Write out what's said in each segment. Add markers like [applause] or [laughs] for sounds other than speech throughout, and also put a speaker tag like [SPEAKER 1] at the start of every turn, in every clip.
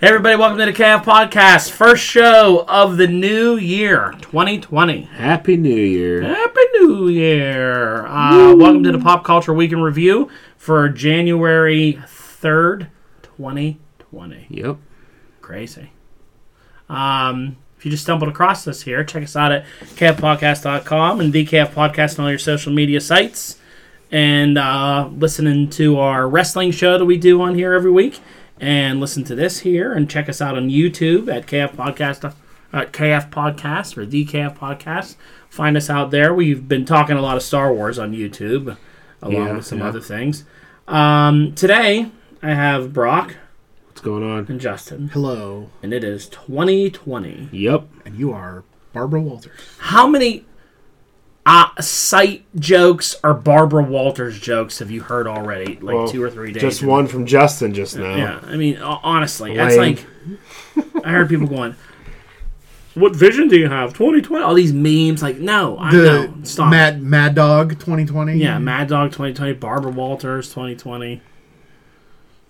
[SPEAKER 1] Hey everybody, welcome to the KF Podcast, first show of the new year, 2020.
[SPEAKER 2] Happy New Year.
[SPEAKER 1] Happy New Year! Uh, welcome to the Pop Culture Week in Review for January 3rd, 2020.
[SPEAKER 2] Yep.
[SPEAKER 1] Crazy. Um, if you just stumbled across us here, check us out at kfpodcast.com and the KF Podcast on all your social media sites. And uh, listening to our wrestling show that we do on here every week. And listen to this here and check us out on YouTube at KF Podcast, uh, KF Podcast or the KF Podcast. Find us out there. We've been talking a lot of Star Wars on YouTube along
[SPEAKER 2] Yeah,
[SPEAKER 1] with some
[SPEAKER 2] yeah.
[SPEAKER 1] other things. Um, today, I have Brock
[SPEAKER 2] What's going on?
[SPEAKER 1] and Justin.
[SPEAKER 3] Hello,
[SPEAKER 1] And it is 2020.
[SPEAKER 2] Yep.
[SPEAKER 3] and you are Barbara Walters.
[SPEAKER 1] How many uh, sight jokes or Barbara Walters jokes have you heard already? Like
[SPEAKER 2] Well,
[SPEAKER 1] two or three days.
[SPEAKER 2] Just
[SPEAKER 1] ago?
[SPEAKER 2] one from Justin just now.
[SPEAKER 1] Yeah, I mean, ho- honestly, that's
[SPEAKER 2] Lame.
[SPEAKER 1] like I heard people going, "What vision do you have? 2020?" All these memes, like, no, I
[SPEAKER 3] The
[SPEAKER 1] know, stop.
[SPEAKER 3] Mad Mad Dog 2020.
[SPEAKER 1] yeah, Mad Dog 2020, Barbara Walters 2020.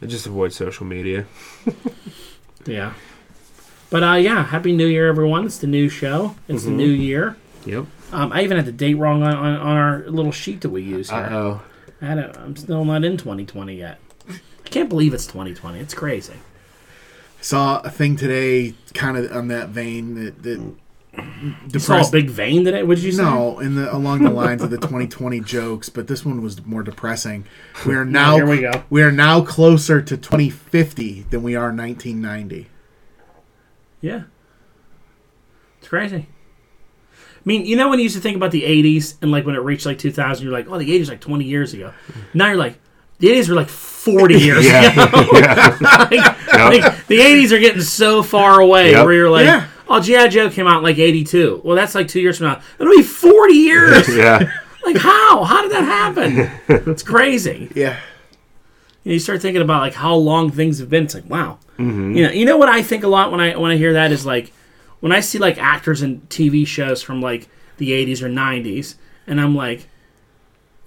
[SPEAKER 2] I Just avoid social media.
[SPEAKER 1] Yeah. But uh, yeah, happy New Year, everyone! It's the new show. It's the new year.
[SPEAKER 2] Yep.
[SPEAKER 1] Um, I even had the date wrong on, on, on our little sheet that we use here.
[SPEAKER 2] Uh oh.
[SPEAKER 1] I don't, I'm still not in 2020 yet. I can't believe it's 2020. It's crazy.
[SPEAKER 3] Saw a thing today, kind of on that vein that, that
[SPEAKER 1] You saw a
[SPEAKER 3] depressed.
[SPEAKER 1] big vein today. What did you say?
[SPEAKER 3] no, in the along the lines of the 2020 [laughs] jokes, but this one was more depressing. We are now
[SPEAKER 1] here we go.
[SPEAKER 3] we are now closer to 2050 than we are 1990.
[SPEAKER 1] Yeah. It's crazy. I mean, you know when you used to think about the 80s and like when it reached like 2000, you're like, oh, the 80s were like 20 years ago. Now you're like, the 80s were like 40 years [laughs]
[SPEAKER 2] [laughs] Yeah. [laughs]
[SPEAKER 1] ago. like, like, the 80s are getting so far away
[SPEAKER 2] Yep.
[SPEAKER 1] where you're like,
[SPEAKER 3] Yeah.
[SPEAKER 1] oh, G.I. Joe came out in like 82. Well, that's like two years from now. It'll be 40
[SPEAKER 2] [laughs]
[SPEAKER 1] years.
[SPEAKER 2] yeah.
[SPEAKER 1] like, how? How did that happen? It's crazy.
[SPEAKER 3] Yeah,
[SPEAKER 1] you, know, you start thinking about like how long things have been. It's like wow,
[SPEAKER 2] Mm-hmm.
[SPEAKER 1] you know, you know what I think a lot when I when I hear that is like when I see like actors in TV shows from like the '80s or '90s, and I'm like,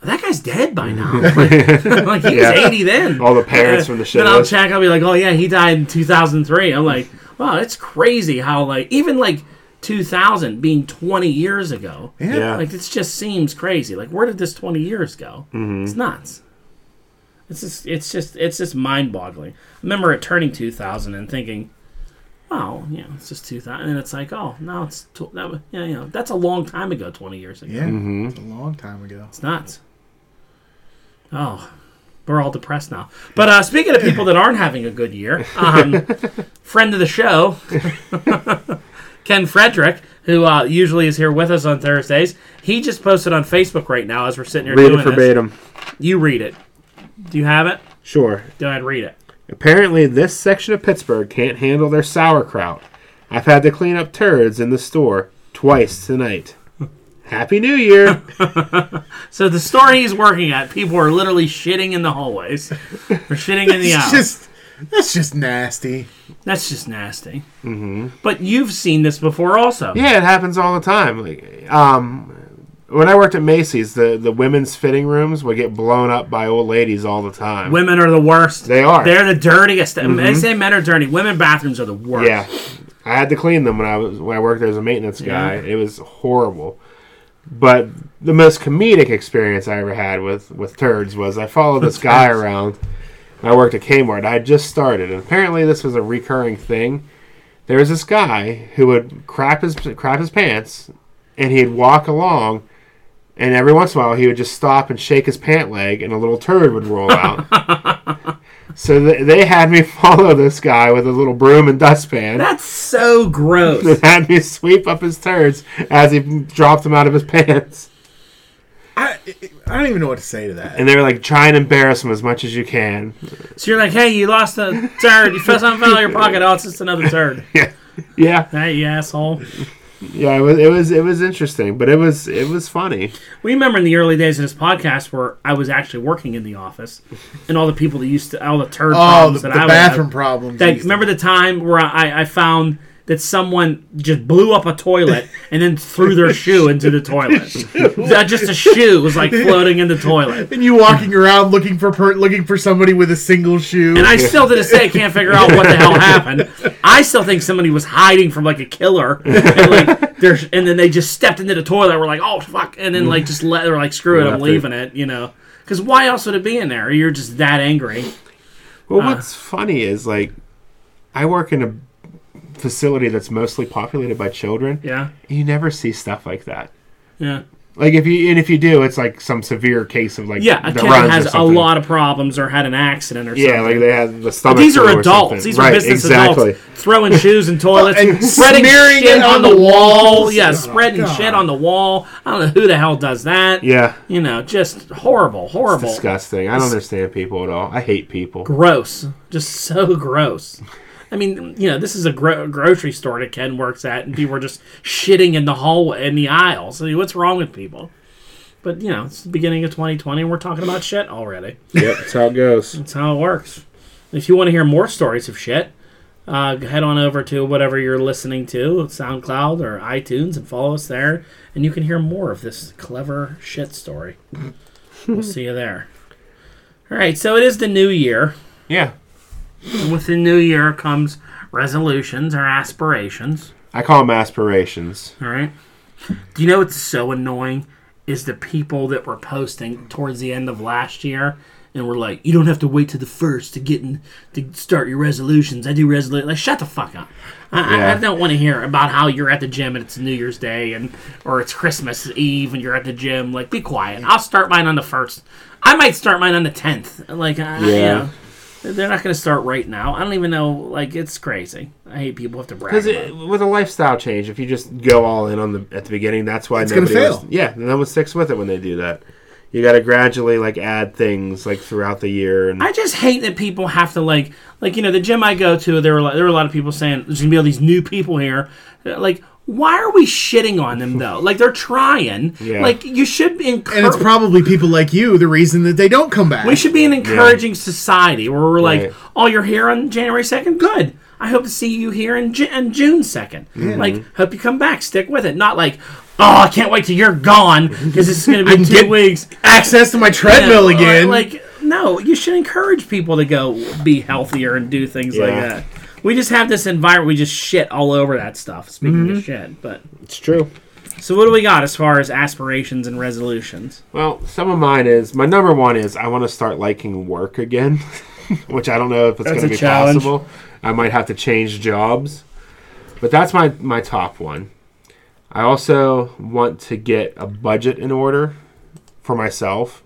[SPEAKER 1] that guy's dead by now.
[SPEAKER 2] [laughs]
[SPEAKER 1] like, [laughs] like, he
[SPEAKER 2] Yeah.
[SPEAKER 1] was 80 then.
[SPEAKER 2] All
[SPEAKER 1] [laughs]
[SPEAKER 2] the parents from the
[SPEAKER 1] Then I'll
[SPEAKER 2] shows.
[SPEAKER 1] check. I'll be like, oh yeah, he died in 2003. I'm like, wow, it's crazy how like even like 2000 being 20 years ago.
[SPEAKER 3] yeah.
[SPEAKER 2] Yeah.
[SPEAKER 1] Like this just seems crazy. Like where did this twenty years go? It's nuts. It's just it's just it's just mind boggling. I remember it turning two thousand and thinking, wow, yeah, it's just two thousand, and it's like, oh, no, it's tw- that was, yeah, you know, that's a long time ago, twenty years ago.
[SPEAKER 3] Yeah, it's a
[SPEAKER 1] Mm-hmm.
[SPEAKER 3] long time ago.
[SPEAKER 1] It's nuts. Oh, we're all depressed now. But uh, speaking of people that aren't having a good year, um, friend of the show, [laughs] Ken Frederick, who uh, usually is here with us on Thursdays, he just posted on Facebook right now as we're sitting here
[SPEAKER 2] Read
[SPEAKER 1] doing
[SPEAKER 2] it verbatim.
[SPEAKER 1] this. You read it. Do you have it?
[SPEAKER 2] Sure.
[SPEAKER 1] Go ahead, read it.
[SPEAKER 2] Apparently, this section of Pittsburgh can't handle their sauerkraut. I've had to clean up turds in the store twice tonight. Happy New Year.
[SPEAKER 1] So the store he's working at, people are literally shitting in the hallways. They're shitting in the
[SPEAKER 3] [laughs] It's
[SPEAKER 1] aisles.
[SPEAKER 3] just that's just nasty.
[SPEAKER 1] That's just nasty. Mm-hmm. But you've seen this before also.
[SPEAKER 2] Yeah, it happens all the time. Like, um, when I worked at Macy's, the, the women's fitting rooms would get blown up by old ladies all the time.
[SPEAKER 1] Women are the worst.
[SPEAKER 2] They are.
[SPEAKER 1] They're the dirtiest. They say men are dirty. Women bathrooms are the worst.
[SPEAKER 2] yeah, I had to clean them when I was when I worked there as a maintenance guy.
[SPEAKER 1] Yeah.
[SPEAKER 2] It was horrible. But the most comedic experience I ever had with with turds was I followed
[SPEAKER 1] [laughs]
[SPEAKER 2] this guy around. I worked at Kmart. I had just started, and apparently this was a recurring thing. There was this guy who would crap his crap his pants, and he'd walk along, and every once in a while he would just stop and shake his pant leg, and a little turd would roll out. so th- they had me [laughs] follow this guy with a little broom and dustpan. [laughs]
[SPEAKER 1] That's so gross.
[SPEAKER 2] and had me sweep up his turds as he dropped them out of his pants.
[SPEAKER 3] I I don't even know what to say to that.
[SPEAKER 2] And they were like, try and embarrass him as much as you can.
[SPEAKER 1] so you're like, hey, you lost a turd. You fell something fell out of your pocket. Oh, it's just another turd.
[SPEAKER 2] Yeah,
[SPEAKER 1] Hey, you asshole.
[SPEAKER 2] yeah, it was, it was, it was interesting, but it was, it was funny.
[SPEAKER 1] We remember in the early days of this podcast where I was actually working in the office, and all the people that used to all the turd
[SPEAKER 3] Oh,
[SPEAKER 1] problems
[SPEAKER 3] the, the
[SPEAKER 1] that I would have.
[SPEAKER 3] bathroom problems.
[SPEAKER 1] That,
[SPEAKER 3] These-
[SPEAKER 1] remember the time where I, I found that someone just blew up a toilet and then threw their shoe into the toilet. Not just a shoe was like floating in the toilet.
[SPEAKER 3] And you walking around looking for per- looking for somebody with a single shoe.
[SPEAKER 1] And I still to this day can't figure out what the hell happened. I still think somebody was hiding from like a killer, and like there's, and then they just stepped into the toilet. And we're like, oh fuck, and then like just let they're like, screw it, I'm
[SPEAKER 2] Left it.
[SPEAKER 1] leaving it, you know. Because why else would it be in there? You're just that angry.
[SPEAKER 2] Well,
[SPEAKER 1] Ah.
[SPEAKER 2] what's funny is like I work in a facility that's mostly populated by children.
[SPEAKER 1] Yeah,
[SPEAKER 2] You never see stuff like that.
[SPEAKER 1] yeah,
[SPEAKER 2] Like if you and if you do, it's like some severe case of like
[SPEAKER 1] yeah. A
[SPEAKER 2] the
[SPEAKER 1] kid
[SPEAKER 2] runs or
[SPEAKER 1] has a
[SPEAKER 2] something.
[SPEAKER 1] lot of problems or had an accident or something.
[SPEAKER 2] Yeah, like they had the stomach.
[SPEAKER 1] These
[SPEAKER 2] flu
[SPEAKER 1] are
[SPEAKER 2] or
[SPEAKER 1] adults.
[SPEAKER 2] something.
[SPEAKER 1] These
[SPEAKER 2] right,
[SPEAKER 1] are business
[SPEAKER 2] exactly.
[SPEAKER 1] adults throwing shoes in toilets, [laughs]
[SPEAKER 3] And
[SPEAKER 1] spreading
[SPEAKER 3] smearing
[SPEAKER 1] shit
[SPEAKER 3] it
[SPEAKER 1] on
[SPEAKER 3] on
[SPEAKER 1] the
[SPEAKER 3] the
[SPEAKER 1] wall.
[SPEAKER 3] walls.
[SPEAKER 1] Yeah,
[SPEAKER 3] Oh,
[SPEAKER 1] spreading
[SPEAKER 3] God.
[SPEAKER 1] shit on the wall. I don't know who the hell does that.
[SPEAKER 2] Yeah,
[SPEAKER 1] You know, just horrible, horrible,
[SPEAKER 2] disgusting. I don't understand people at all. I hate people.
[SPEAKER 1] gross, just [laughs] so gross. I mean, you know, this is a gro- grocery store that Ken works at, and people are just shitting in the hallway in the aisles. I mean, what's wrong with people? But you know, it's the beginning of 2020, and we're talking about shit already.
[SPEAKER 2] yep, that's how it goes.
[SPEAKER 1] That's how it works. If you want to hear more stories of shit, uh, head on over to whatever you're listening to, SoundCloud or iTunes, and follow us there, and you can hear more of this clever shit story. we'll see you there. All right, so it is the new year.
[SPEAKER 2] Yeah,
[SPEAKER 1] And with the new year comes resolutions or aspirations.
[SPEAKER 2] I call them aspirations.
[SPEAKER 1] All right. Do you know what's so annoying? Is the people that were posting towards the end of last year and were like, you don't have to wait to the first to get in to start your resolutions. I do resolutions. Like, shut the fuck up. I, I, I
[SPEAKER 2] Yeah.
[SPEAKER 1] don't want to hear about how you're at the gym and it's New Year's Day and or it's Christmas Eve and you're at the gym. Like, be quiet. I'll start mine on the first. I might start mine on the tenth. Like, I, you
[SPEAKER 2] Yeah.
[SPEAKER 1] know, they're not going to start right now. I don't even know. Like, it's crazy. I hate people who have to brag.
[SPEAKER 2] Because
[SPEAKER 1] about it.
[SPEAKER 2] with a lifestyle change, if you just go all in on the at the beginning, that's why
[SPEAKER 3] It's gonna
[SPEAKER 2] nobody
[SPEAKER 3] fail.
[SPEAKER 2] Was, yeah, no one sticks with it when they do that. You got to gradually like add things like throughout the year and
[SPEAKER 1] I just hate that people have to like, like you know, the gym I go to. There were like, there were a lot of people saying there's gonna be all these new people here. Uh, Like, why are we shitting on them though? Like they're trying.
[SPEAKER 2] Yeah.
[SPEAKER 1] Like you should encourage.
[SPEAKER 3] and it's probably people like you the reason that they don't come back.
[SPEAKER 1] we should be an encouraging society where we're like,
[SPEAKER 2] Right.
[SPEAKER 1] oh, you're here on January second. Good. I hope to see you here in, Ju- in June second.
[SPEAKER 3] Mm-hmm.
[SPEAKER 1] Like, hope you come back. Stick with it. Not like, oh, I can't wait till you're gone because it's
[SPEAKER 3] [laughs]
[SPEAKER 1] gonna be two
[SPEAKER 3] get-
[SPEAKER 1] weeks.
[SPEAKER 3] access to my
[SPEAKER 2] [laughs]
[SPEAKER 3] treadmill
[SPEAKER 1] Yeah,
[SPEAKER 3] again.
[SPEAKER 1] Like, no, you should encourage people to go be healthier and do things like
[SPEAKER 2] Yeah.
[SPEAKER 1] that. We just have this environment. We just shit all over that stuff. Speaking
[SPEAKER 2] Mm-hmm.
[SPEAKER 1] of shit, but
[SPEAKER 2] it's true.
[SPEAKER 1] so what do we got as far as aspirations and resolutions?
[SPEAKER 2] Well, some of mine is my number one is I want to start liking work again, [laughs] which I don't know if it's
[SPEAKER 1] That's
[SPEAKER 2] going to
[SPEAKER 1] a
[SPEAKER 2] be
[SPEAKER 1] challenge.
[SPEAKER 2] possible. I might have to change jobs, but that's my my top one. I also want to get a budget in order for myself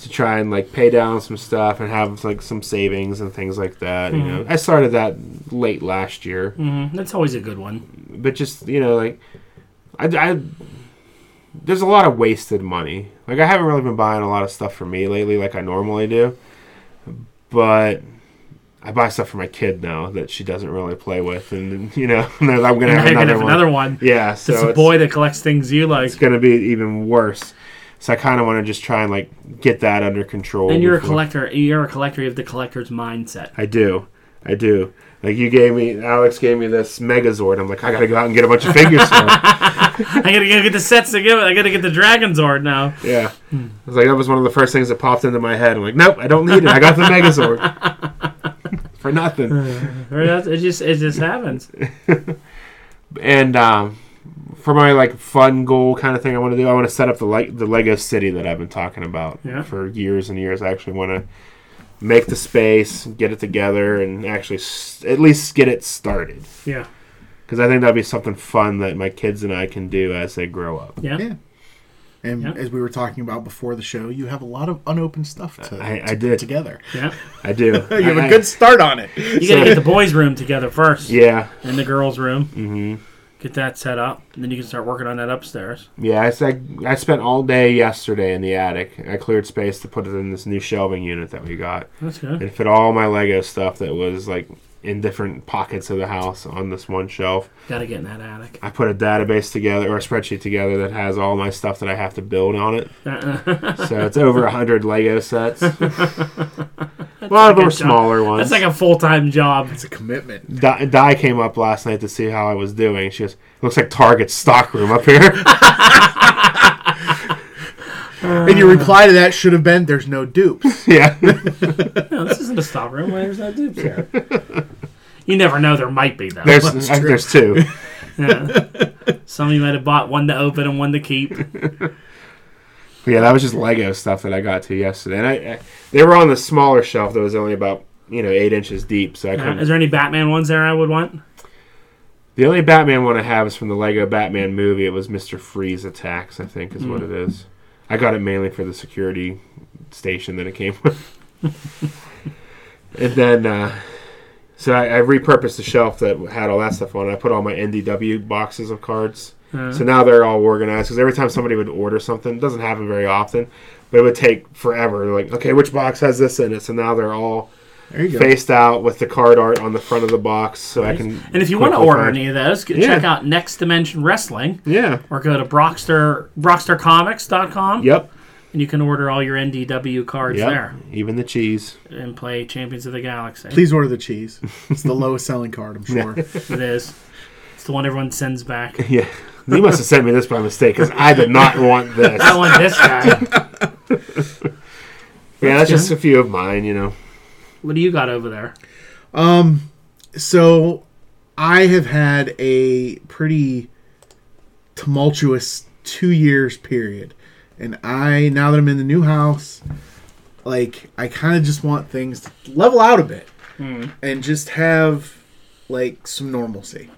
[SPEAKER 2] to try and like pay down some stuff and have like some savings and things like that.
[SPEAKER 1] Hmm.
[SPEAKER 2] You know, I started that late last year
[SPEAKER 1] Mm, that's always a good one.
[SPEAKER 2] but just you know like I, I- there's a lot of wasted money like i haven't really been buying a lot of stuff for me lately like i normally do but i buy stuff for my kid now that she doesn't really play with and you know [laughs] i'm gonna
[SPEAKER 1] Now [laughs]
[SPEAKER 2] have,
[SPEAKER 1] you're
[SPEAKER 2] another,
[SPEAKER 1] gonna have
[SPEAKER 2] one.
[SPEAKER 1] another one.
[SPEAKER 2] yeah so
[SPEAKER 1] it's a
[SPEAKER 2] it's-
[SPEAKER 1] boy that collects things you like,
[SPEAKER 2] it's gonna be even worse so i kind of want to just try and like get that under control
[SPEAKER 1] and you're a
[SPEAKER 2] before-
[SPEAKER 1] collector. You're a collector of the collector's mindset. [laughs]
[SPEAKER 2] I do. I do. Like you gave me, Alex gave me this Megazord. I'm like, I gotta go out and get a bunch of
[SPEAKER 1] [laughs]
[SPEAKER 2] figures. for it.
[SPEAKER 1] I gotta go get the sets to give it. I gotta get the Dragon Zord now.
[SPEAKER 2] Yeah.
[SPEAKER 3] Hmm.
[SPEAKER 2] I was like, that was one of the first things that popped into my head. I'm like, nope, I don't need it. I
[SPEAKER 3] [laughs]
[SPEAKER 2] got the Megazord. For nothing.
[SPEAKER 1] Or that's- It just it just happens.
[SPEAKER 2] [laughs] And um, for my like fun goal kind of thing I want to do, I want to set up the like the Lego city that I've been talking about
[SPEAKER 1] Yeah.
[SPEAKER 2] for years and years. I actually want to make the space, get it together and actually s- at least get it started.
[SPEAKER 1] Yeah.
[SPEAKER 2] Cuz I think that'd be something fun that my kids and I can do as they grow up.
[SPEAKER 1] Yeah.
[SPEAKER 3] yeah. And
[SPEAKER 1] Yeah.
[SPEAKER 3] as we were talking about before the show, you have a lot of unopened stuff to,
[SPEAKER 2] I- I
[SPEAKER 3] to
[SPEAKER 2] did.
[SPEAKER 3] put together.
[SPEAKER 1] Yeah.
[SPEAKER 2] I do.
[SPEAKER 3] [laughs] You have
[SPEAKER 2] I-
[SPEAKER 3] a good start on it.
[SPEAKER 1] You gotta get the boys' room together first.
[SPEAKER 2] Yeah.
[SPEAKER 1] in the girls' room. Mm-hmm. Get that set up, and then you can start working on that upstairs.
[SPEAKER 2] Yeah, I, s- I- I spent all day yesterday in the attic. I cleared space to put it in this new shelving unit that we got
[SPEAKER 1] That's good.
[SPEAKER 2] and fit all my Lego stuff that was like in different pockets of the house on this one shelf.
[SPEAKER 1] Got to get in that attic.
[SPEAKER 2] I put a database together or a spreadsheet together that has all my stuff that I [laughs] have to build on it.
[SPEAKER 1] Uh-uh.
[SPEAKER 2] [laughs] So it's over 100 Lego sets. A lot
[SPEAKER 1] like
[SPEAKER 2] of them were
[SPEAKER 1] a job.
[SPEAKER 2] smaller ones.
[SPEAKER 1] That's like a full time [laughs] job.
[SPEAKER 3] It's a commitment.
[SPEAKER 2] Di, Di came up last night to see how I was doing. She goes, "Looks like Target's stock room up here." [laughs]
[SPEAKER 3] and your reply to that should have been, "There's no dupes."
[SPEAKER 2] yeah, [laughs]
[SPEAKER 1] No, this isn't a stop room. There's no [laughs] dupes here. You never know. There might be though.
[SPEAKER 2] there's I
[SPEAKER 3] That's
[SPEAKER 2] think
[SPEAKER 3] true.
[SPEAKER 2] there's two.
[SPEAKER 1] Yeah. Some of you might have bought one to open and one to keep.
[SPEAKER 2] But yeah, that was just Lego stuff that I got to yesterday, and I, I they were on the smaller shelf that was only about you know eight inches deep, so I
[SPEAKER 1] Uh,
[SPEAKER 2] couldn't.
[SPEAKER 1] is there any Batman ones there I would want?
[SPEAKER 2] The only Batman one I have is from the Lego Batman movie. It was Mister Freeze Attacks, I think, is
[SPEAKER 1] Hmm.
[SPEAKER 2] what it is. I got it mainly for the security station that it came with. and then, uh, so I, I repurposed the shelf that had all that stuff on. it. I put all my NDW boxes of cards.
[SPEAKER 1] Uh,
[SPEAKER 2] So now they're all organized because every time somebody would order something, it doesn't happen very often, but it would take forever. They're like, okay, which box has this in it? So now they're all
[SPEAKER 3] There you go.
[SPEAKER 2] faced out with the card art on the front of the box, so I can.
[SPEAKER 1] and if you want to
[SPEAKER 2] quickly
[SPEAKER 1] order
[SPEAKER 2] find-
[SPEAKER 1] any of those, go
[SPEAKER 2] Yeah.
[SPEAKER 1] check out Next Dimension Wrestling
[SPEAKER 2] yeah,
[SPEAKER 1] or go to Brockster, BrocksterComics.com
[SPEAKER 2] yep.
[SPEAKER 1] and you can order all your NDW cards
[SPEAKER 2] Yep.
[SPEAKER 1] there
[SPEAKER 2] Even the cheese.
[SPEAKER 1] and play Champions of the Galaxy.
[SPEAKER 3] Please order the cheese. It's the lowest selling card, I'm sure.
[SPEAKER 1] It is. It's the one everyone sends back.
[SPEAKER 2] [laughs] Yeah. You must have sent me this by mistake because I did not want [laughs] this.
[SPEAKER 1] I want this
[SPEAKER 3] [laughs]
[SPEAKER 1] guy.
[SPEAKER 2] yeah, that's just a few of mine, you know.
[SPEAKER 1] What do you got over there?
[SPEAKER 3] So, I have had a pretty tumultuous two years period, and I now that I'm in the new house, like I kind of just want things to level out a bit and just have like some normalcy.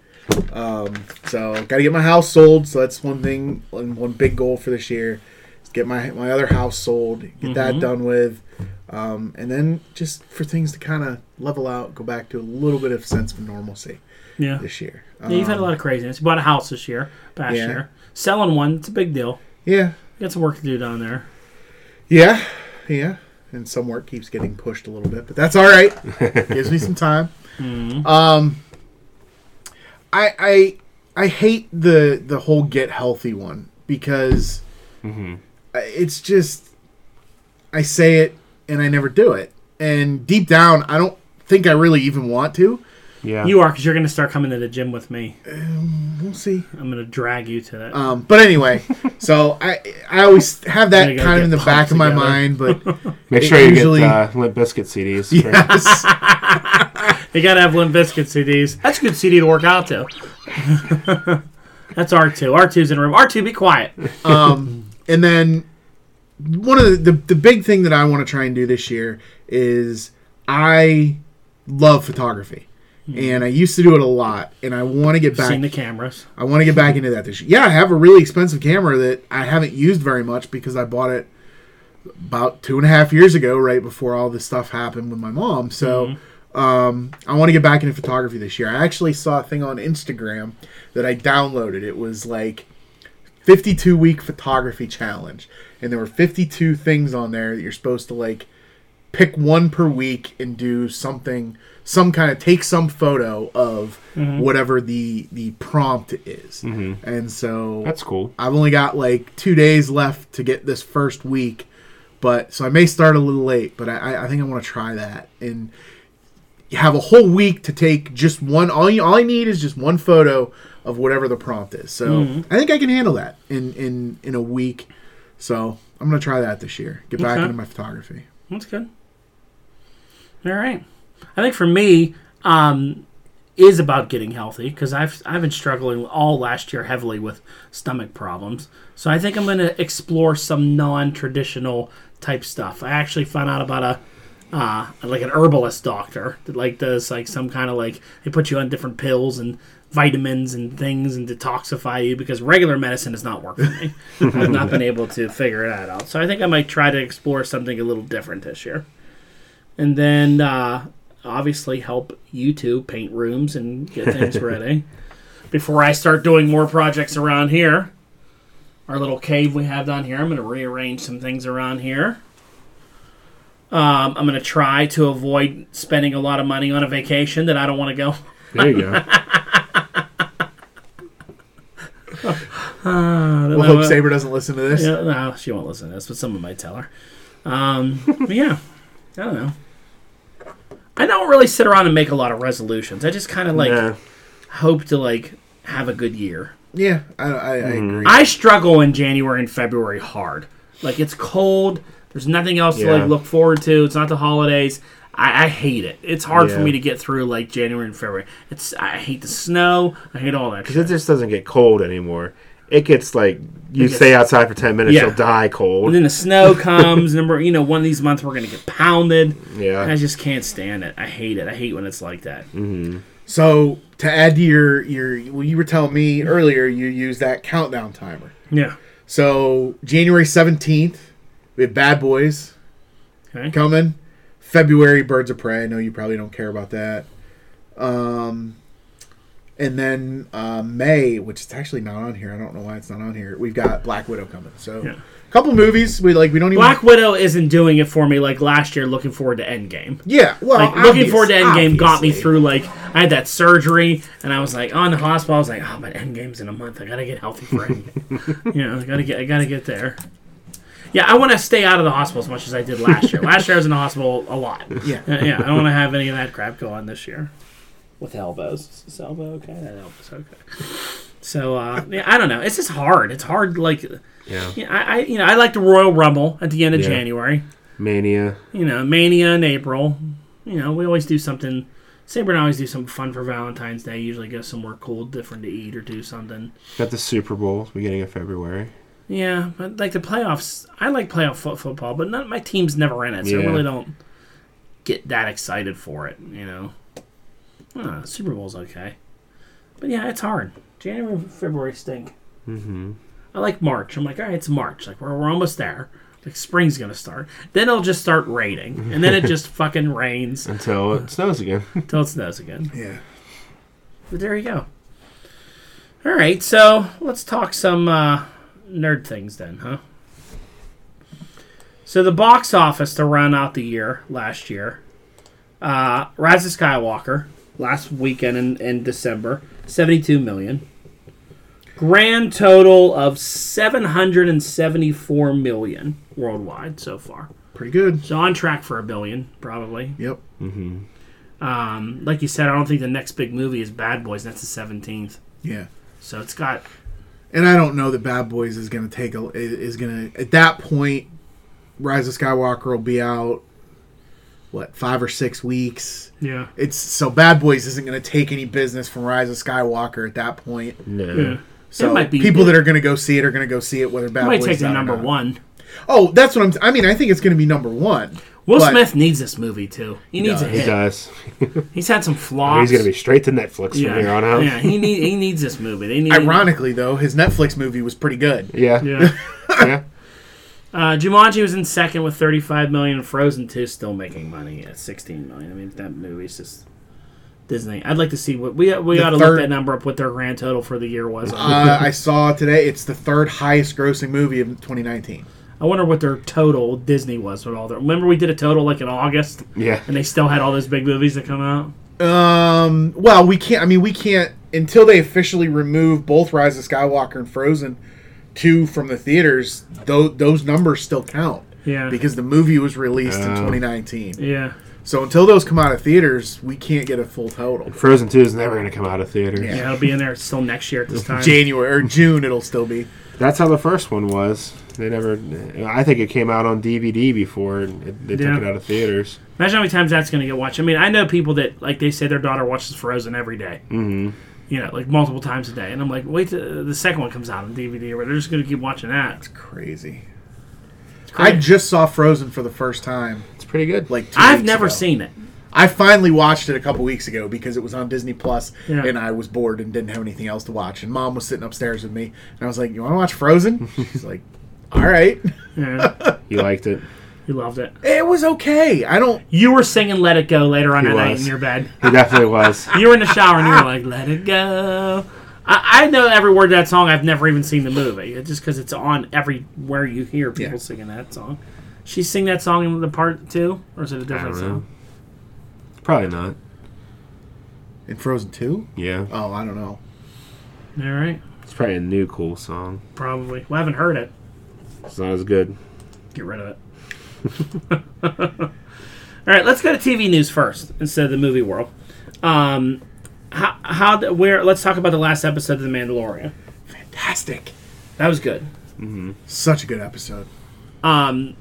[SPEAKER 3] Um, so, got to get my house sold. So that's one thing and one big goal for this year. is Get my my other house sold, get that done with, um, and then just for things to kind of level out, go back to a little bit of sense of normalcy
[SPEAKER 1] Yeah.
[SPEAKER 3] this year.
[SPEAKER 1] yeah you've had a
[SPEAKER 3] Um,
[SPEAKER 1] lot of craziness. You bought a house this year, past
[SPEAKER 3] Yeah.
[SPEAKER 1] year. Selling one, it's a big deal.
[SPEAKER 3] yeah,
[SPEAKER 1] You got some work to do down there.
[SPEAKER 3] yeah, yeah. And some work keeps getting pushed a little bit, but that's all right. Gives me some time. Um, I I I hate the the whole get healthy one because I- it's just I say it and I never do it, and deep down I don't think I really even want to.
[SPEAKER 2] Yeah.
[SPEAKER 1] You are, because you're going to start coming to the gym with me.
[SPEAKER 3] We'll see.
[SPEAKER 1] I'm going to drag you to that.
[SPEAKER 3] Um, but anyway, so I I always have that
[SPEAKER 1] Gotta
[SPEAKER 3] kind of in the
[SPEAKER 1] get
[SPEAKER 3] back of my
[SPEAKER 1] pumped
[SPEAKER 3] mind, but
[SPEAKER 2] Make
[SPEAKER 3] it
[SPEAKER 2] sure you
[SPEAKER 3] usually-
[SPEAKER 2] get uh, Limp Biscuit CDs. for-
[SPEAKER 3] yes.
[SPEAKER 1] [laughs] They gotta have Limp Bizkit CDs. That's a good CD to work out to. [laughs] That's R two. R two's in a room. R two, be quiet.
[SPEAKER 3] um, [laughs] and then one of the, the the big thing that I want to try and do this year is I love photography, and I used to do it a lot, and I want to get back.
[SPEAKER 1] Hmm. Seen the cameras.
[SPEAKER 3] I want to get back into that this year. Yeah, I have a really expensive camera that I haven't used very much because I bought it about two and a half years ago, right before all this stuff happened with my mom. So um, I want to get back into photography this year. I actually saw a thing on Instagram that I downloaded. It was like 52 week photography challenge, and there were 52 things on there that you're supposed to like pick one per week and do something some kind of take some photo of whatever the the prompt is and so
[SPEAKER 2] That's cool.
[SPEAKER 3] i've only got like two days left to get this first week but so i may start a little late but i i I think i want to try that and have a whole week to take just one all you all i need is just one photo of whatever the prompt is so
[SPEAKER 1] Mm-hmm.
[SPEAKER 3] i think i can handle that in in in a week so i'm gonna try that this year get back
[SPEAKER 1] Okay.
[SPEAKER 3] into my photography
[SPEAKER 1] That's good. All right. I think for me, um, is about getting healthy because I've I've been struggling all last year heavily with stomach problems. So I think I'm going to explore some non-traditional type stuff. I actually found out about a uh, like an herbalist doctor that like does like some kind of like they put you on different pills and vitamins and things and detoxify you because regular medicine has not worked for me. I've not been able to figure that out. So I think I might try to explore something a little different this year. And then uh, obviously help you two paint rooms and get things ready before I start doing more projects around here. Our little cave we have down here, I'm going to rearrange some things around here. Um, I'm going to try to avoid spending a lot of money on a vacation that I don't want to go.
[SPEAKER 2] There [laughs] you go.
[SPEAKER 3] We'll
[SPEAKER 1] know
[SPEAKER 3] hope
[SPEAKER 1] what-
[SPEAKER 3] Saber doesn't listen to this.
[SPEAKER 1] [laughs] Yeah, [laughs] no, she won't listen to this, but someone might tell her. Um, but yeah, I don't know. I don't really sit around and make a lot of resolutions. I just kind of like
[SPEAKER 2] Nah.
[SPEAKER 1] hope to like have a good year.
[SPEAKER 3] Yeah, I, I, I agree.
[SPEAKER 1] I struggle in January and February hard. Like it's cold. There's nothing else to
[SPEAKER 2] Yeah.
[SPEAKER 1] like look forward to. It's not the holidays. I, I hate it. It's hard for
[SPEAKER 2] Yeah.
[SPEAKER 1] me to get through like January and February. It's I hate the snow. I hate all that.
[SPEAKER 2] 'Cause
[SPEAKER 1] Shit.
[SPEAKER 2] it just doesn't get cold anymore. It gets like you
[SPEAKER 1] gets-
[SPEAKER 2] stay outside for ten minutes,
[SPEAKER 1] Yeah.
[SPEAKER 2] you'll die
[SPEAKER 1] And
[SPEAKER 2] cold.
[SPEAKER 1] then the snow [laughs] comes. Number you know one of these months we're gonna get pounded. And I
[SPEAKER 2] Yeah,
[SPEAKER 1] just can't stand it. I hate it. I hate when it's like that.
[SPEAKER 3] so to add to your your, well, you were telling me earlier you use that countdown timer.
[SPEAKER 1] Yeah.
[SPEAKER 3] So January seventeenth, we have Bad Boys
[SPEAKER 1] Okay.
[SPEAKER 3] coming. February Birds of Prey. I know you probably don't care about that. Um, and then uh, May, which is actually not on here. I don't know why it's not on here. We've got Black Widow coming. So
[SPEAKER 1] Yeah.
[SPEAKER 3] a couple movies we like. We don't even.
[SPEAKER 1] Black Widow isn't doing it for me like last year. Looking forward to Endgame.
[SPEAKER 3] yeah. Well,
[SPEAKER 1] Like looking forward to Endgame
[SPEAKER 3] obvious-
[SPEAKER 1] got me
[SPEAKER 3] obviously.
[SPEAKER 1] through. Like I had that surgery, and I was like on the hospital. I was like, oh, but Endgame's in a month. I gotta get healthy for Endgame. you know, I gotta get, I gotta get there. Yeah, I want to stay out of the hospital as much as I did last year. last year I was in the hospital a lot. Uh,
[SPEAKER 3] Yeah.
[SPEAKER 1] yeah, I don't want to have any of that crap go on this year with elbows. Is this elbow okay? That elbow's okay. So uh, yeah, I don't know. It's just hard. It's hard. Like
[SPEAKER 2] yeah.
[SPEAKER 1] yeah, I, I you know I like the Royal Rumble at the end of
[SPEAKER 2] Yeah.
[SPEAKER 1] January
[SPEAKER 2] Mania.
[SPEAKER 1] you know, Mania in April. You know, we always do something. Saber and I always do something fun for Valentine's Day. Usually go somewhere cool, different to eat or do something.
[SPEAKER 2] Got the Super Bowl beginning of February.
[SPEAKER 1] Yeah, but like the playoffs, I like playoff fo- football, but not, my team's never in it, so I
[SPEAKER 2] Yeah.
[SPEAKER 1] really don't get that excited for it. You know, uh, Super Bowl's okay, but yeah, it's hard. January, and February stink. Mm-hmm. I like March. I'm like, all right, it's March. Like we're we're almost there. Like spring's gonna start. Then it'll just start raining, and then it just fucking rains
[SPEAKER 2] until it snows again. [laughs]
[SPEAKER 1] until it snows again.
[SPEAKER 3] Yeah.
[SPEAKER 1] But there you go. All right, so let's talk some uh, nerd things then, huh? So the box office to round out the year last year, uh, Rise of Skywalker last weekend in, in December, seventy-two million. Grand total of seven hundred and seventy-four million worldwide so far.
[SPEAKER 3] Pretty good.
[SPEAKER 1] So on track for a billion, probably.
[SPEAKER 3] Yep.
[SPEAKER 1] Um, like you said, I don't think the next big movie is Bad Boys. and That's the seventeenth.
[SPEAKER 3] Yeah.
[SPEAKER 1] So it's got
[SPEAKER 3] and I don't know that Bad Boys is going to take a is going to at that point. Rise of Skywalker will be out what five or six weeks.
[SPEAKER 1] yeah.
[SPEAKER 3] It's so Bad Boys isn't going to take any business from Rise of Skywalker at that point.
[SPEAKER 2] No.
[SPEAKER 3] So
[SPEAKER 1] might be-
[SPEAKER 3] people that are going to go see it are going to go see it whether Bad
[SPEAKER 1] might
[SPEAKER 3] Boys
[SPEAKER 1] take
[SPEAKER 3] is
[SPEAKER 1] the
[SPEAKER 3] out or
[SPEAKER 1] number
[SPEAKER 3] not.
[SPEAKER 1] one.
[SPEAKER 3] Oh, that's what I'm. I mean, I think it's going to be number one.
[SPEAKER 1] Will
[SPEAKER 3] But-
[SPEAKER 1] Smith needs this movie too. He, needs a
[SPEAKER 3] does.
[SPEAKER 2] He
[SPEAKER 1] hit.
[SPEAKER 2] does.
[SPEAKER 1] He's had some flaws.
[SPEAKER 2] He's gonna be straight to Netflix
[SPEAKER 1] yeah.
[SPEAKER 2] from here on out.
[SPEAKER 1] Yeah, he need he needs this movie. They need
[SPEAKER 3] Ironically, though, his Netflix movie was pretty good.
[SPEAKER 2] Yeah.
[SPEAKER 1] [laughs] Yeah.
[SPEAKER 2] Yeah.
[SPEAKER 1] Uh, Jumanji was in second with 35 million. and Frozen 2 still making money at 16 million. I mean, that movie's just Disney. I'd like to see what we we
[SPEAKER 3] The
[SPEAKER 1] ought to
[SPEAKER 3] third-
[SPEAKER 1] look that number up. What their grand total for the year was.
[SPEAKER 3] Uh, I saw today it's the third highest grossing movie of 2019.
[SPEAKER 1] I wonder what their total Disney was with all their. Remember we did a total like in August,
[SPEAKER 2] Yeah.
[SPEAKER 1] and they still had all those big movies that come out.
[SPEAKER 3] Um. Well, we can't. I mean, we can't until they officially remove both Rise of Skywalker and Frozen two from the theaters. Though those numbers still count
[SPEAKER 1] Yeah.
[SPEAKER 3] because the movie was released in
[SPEAKER 2] Oh.
[SPEAKER 3] 2019.
[SPEAKER 1] yeah.
[SPEAKER 3] So until those come out of theaters, we can't get a full total.
[SPEAKER 2] Frozen Two is never gonna come out of theaters.
[SPEAKER 1] Yeah, it'll be in there still next year at this time.
[SPEAKER 3] January or June, it'll still be.
[SPEAKER 2] That's how the first one was. They never. I think it came out on DVD before it, they
[SPEAKER 1] Yeah.
[SPEAKER 2] took it out of theaters.
[SPEAKER 1] Imagine how many times that's going to get watched. I mean, I know people that like they say their daughter watches Frozen every Mm-hmm. You know, like multiple times a day, and I'm like, wait, till the second one comes out on DVD, or whatever. they're just going to keep watching that.
[SPEAKER 3] Crazy. I
[SPEAKER 1] crazy.
[SPEAKER 3] just saw Frozen for the first time.
[SPEAKER 2] It's pretty good.
[SPEAKER 3] Like two
[SPEAKER 1] I've
[SPEAKER 3] weeks
[SPEAKER 1] never
[SPEAKER 3] ago.
[SPEAKER 1] seen it.
[SPEAKER 3] I finally watched it a couple weeks ago because it was on Disney Plus,
[SPEAKER 1] Yeah.
[SPEAKER 3] and I was bored and didn't have anything else to watch. And Mom was sitting upstairs with me, and I was like, "You want to watch
[SPEAKER 1] [laughs]
[SPEAKER 3] Frozen?" She's like, "All right."
[SPEAKER 2] [laughs]
[SPEAKER 1] Yeah,
[SPEAKER 2] you liked it.
[SPEAKER 1] you loved it.
[SPEAKER 3] It was okay. I don't.
[SPEAKER 1] You were singing "Let It Go" later on
[SPEAKER 2] He
[SPEAKER 1] that night
[SPEAKER 2] was.
[SPEAKER 1] in your bed.
[SPEAKER 2] It definitely was.
[SPEAKER 1] You were in the shower and you were like, "Let It Go." I, I know every word of that song. I've never even seen the movie, It's just because it's on everywhere you hear people
[SPEAKER 3] Yeah.
[SPEAKER 1] singing that song. She sing that song in the part two, or is it a
[SPEAKER 2] I
[SPEAKER 1] different
[SPEAKER 2] don't
[SPEAKER 1] song?
[SPEAKER 2] know. Uh, Probably not.
[SPEAKER 3] In Frozen Two?
[SPEAKER 2] Yeah.
[SPEAKER 3] Oh, I don't know.
[SPEAKER 1] All right,
[SPEAKER 2] It's probably a new cool song.
[SPEAKER 1] probably. Well, I haven't heard it.
[SPEAKER 2] It's not as good.
[SPEAKER 1] Get rid of it. [laughs] All right, let's go to TV news first instead of the movie world. Um, how, how th- where? Let's talk about the last episode of The Mandalorian.
[SPEAKER 3] Fantastic.
[SPEAKER 1] That was good.
[SPEAKER 3] Such a good episode.
[SPEAKER 1] Um,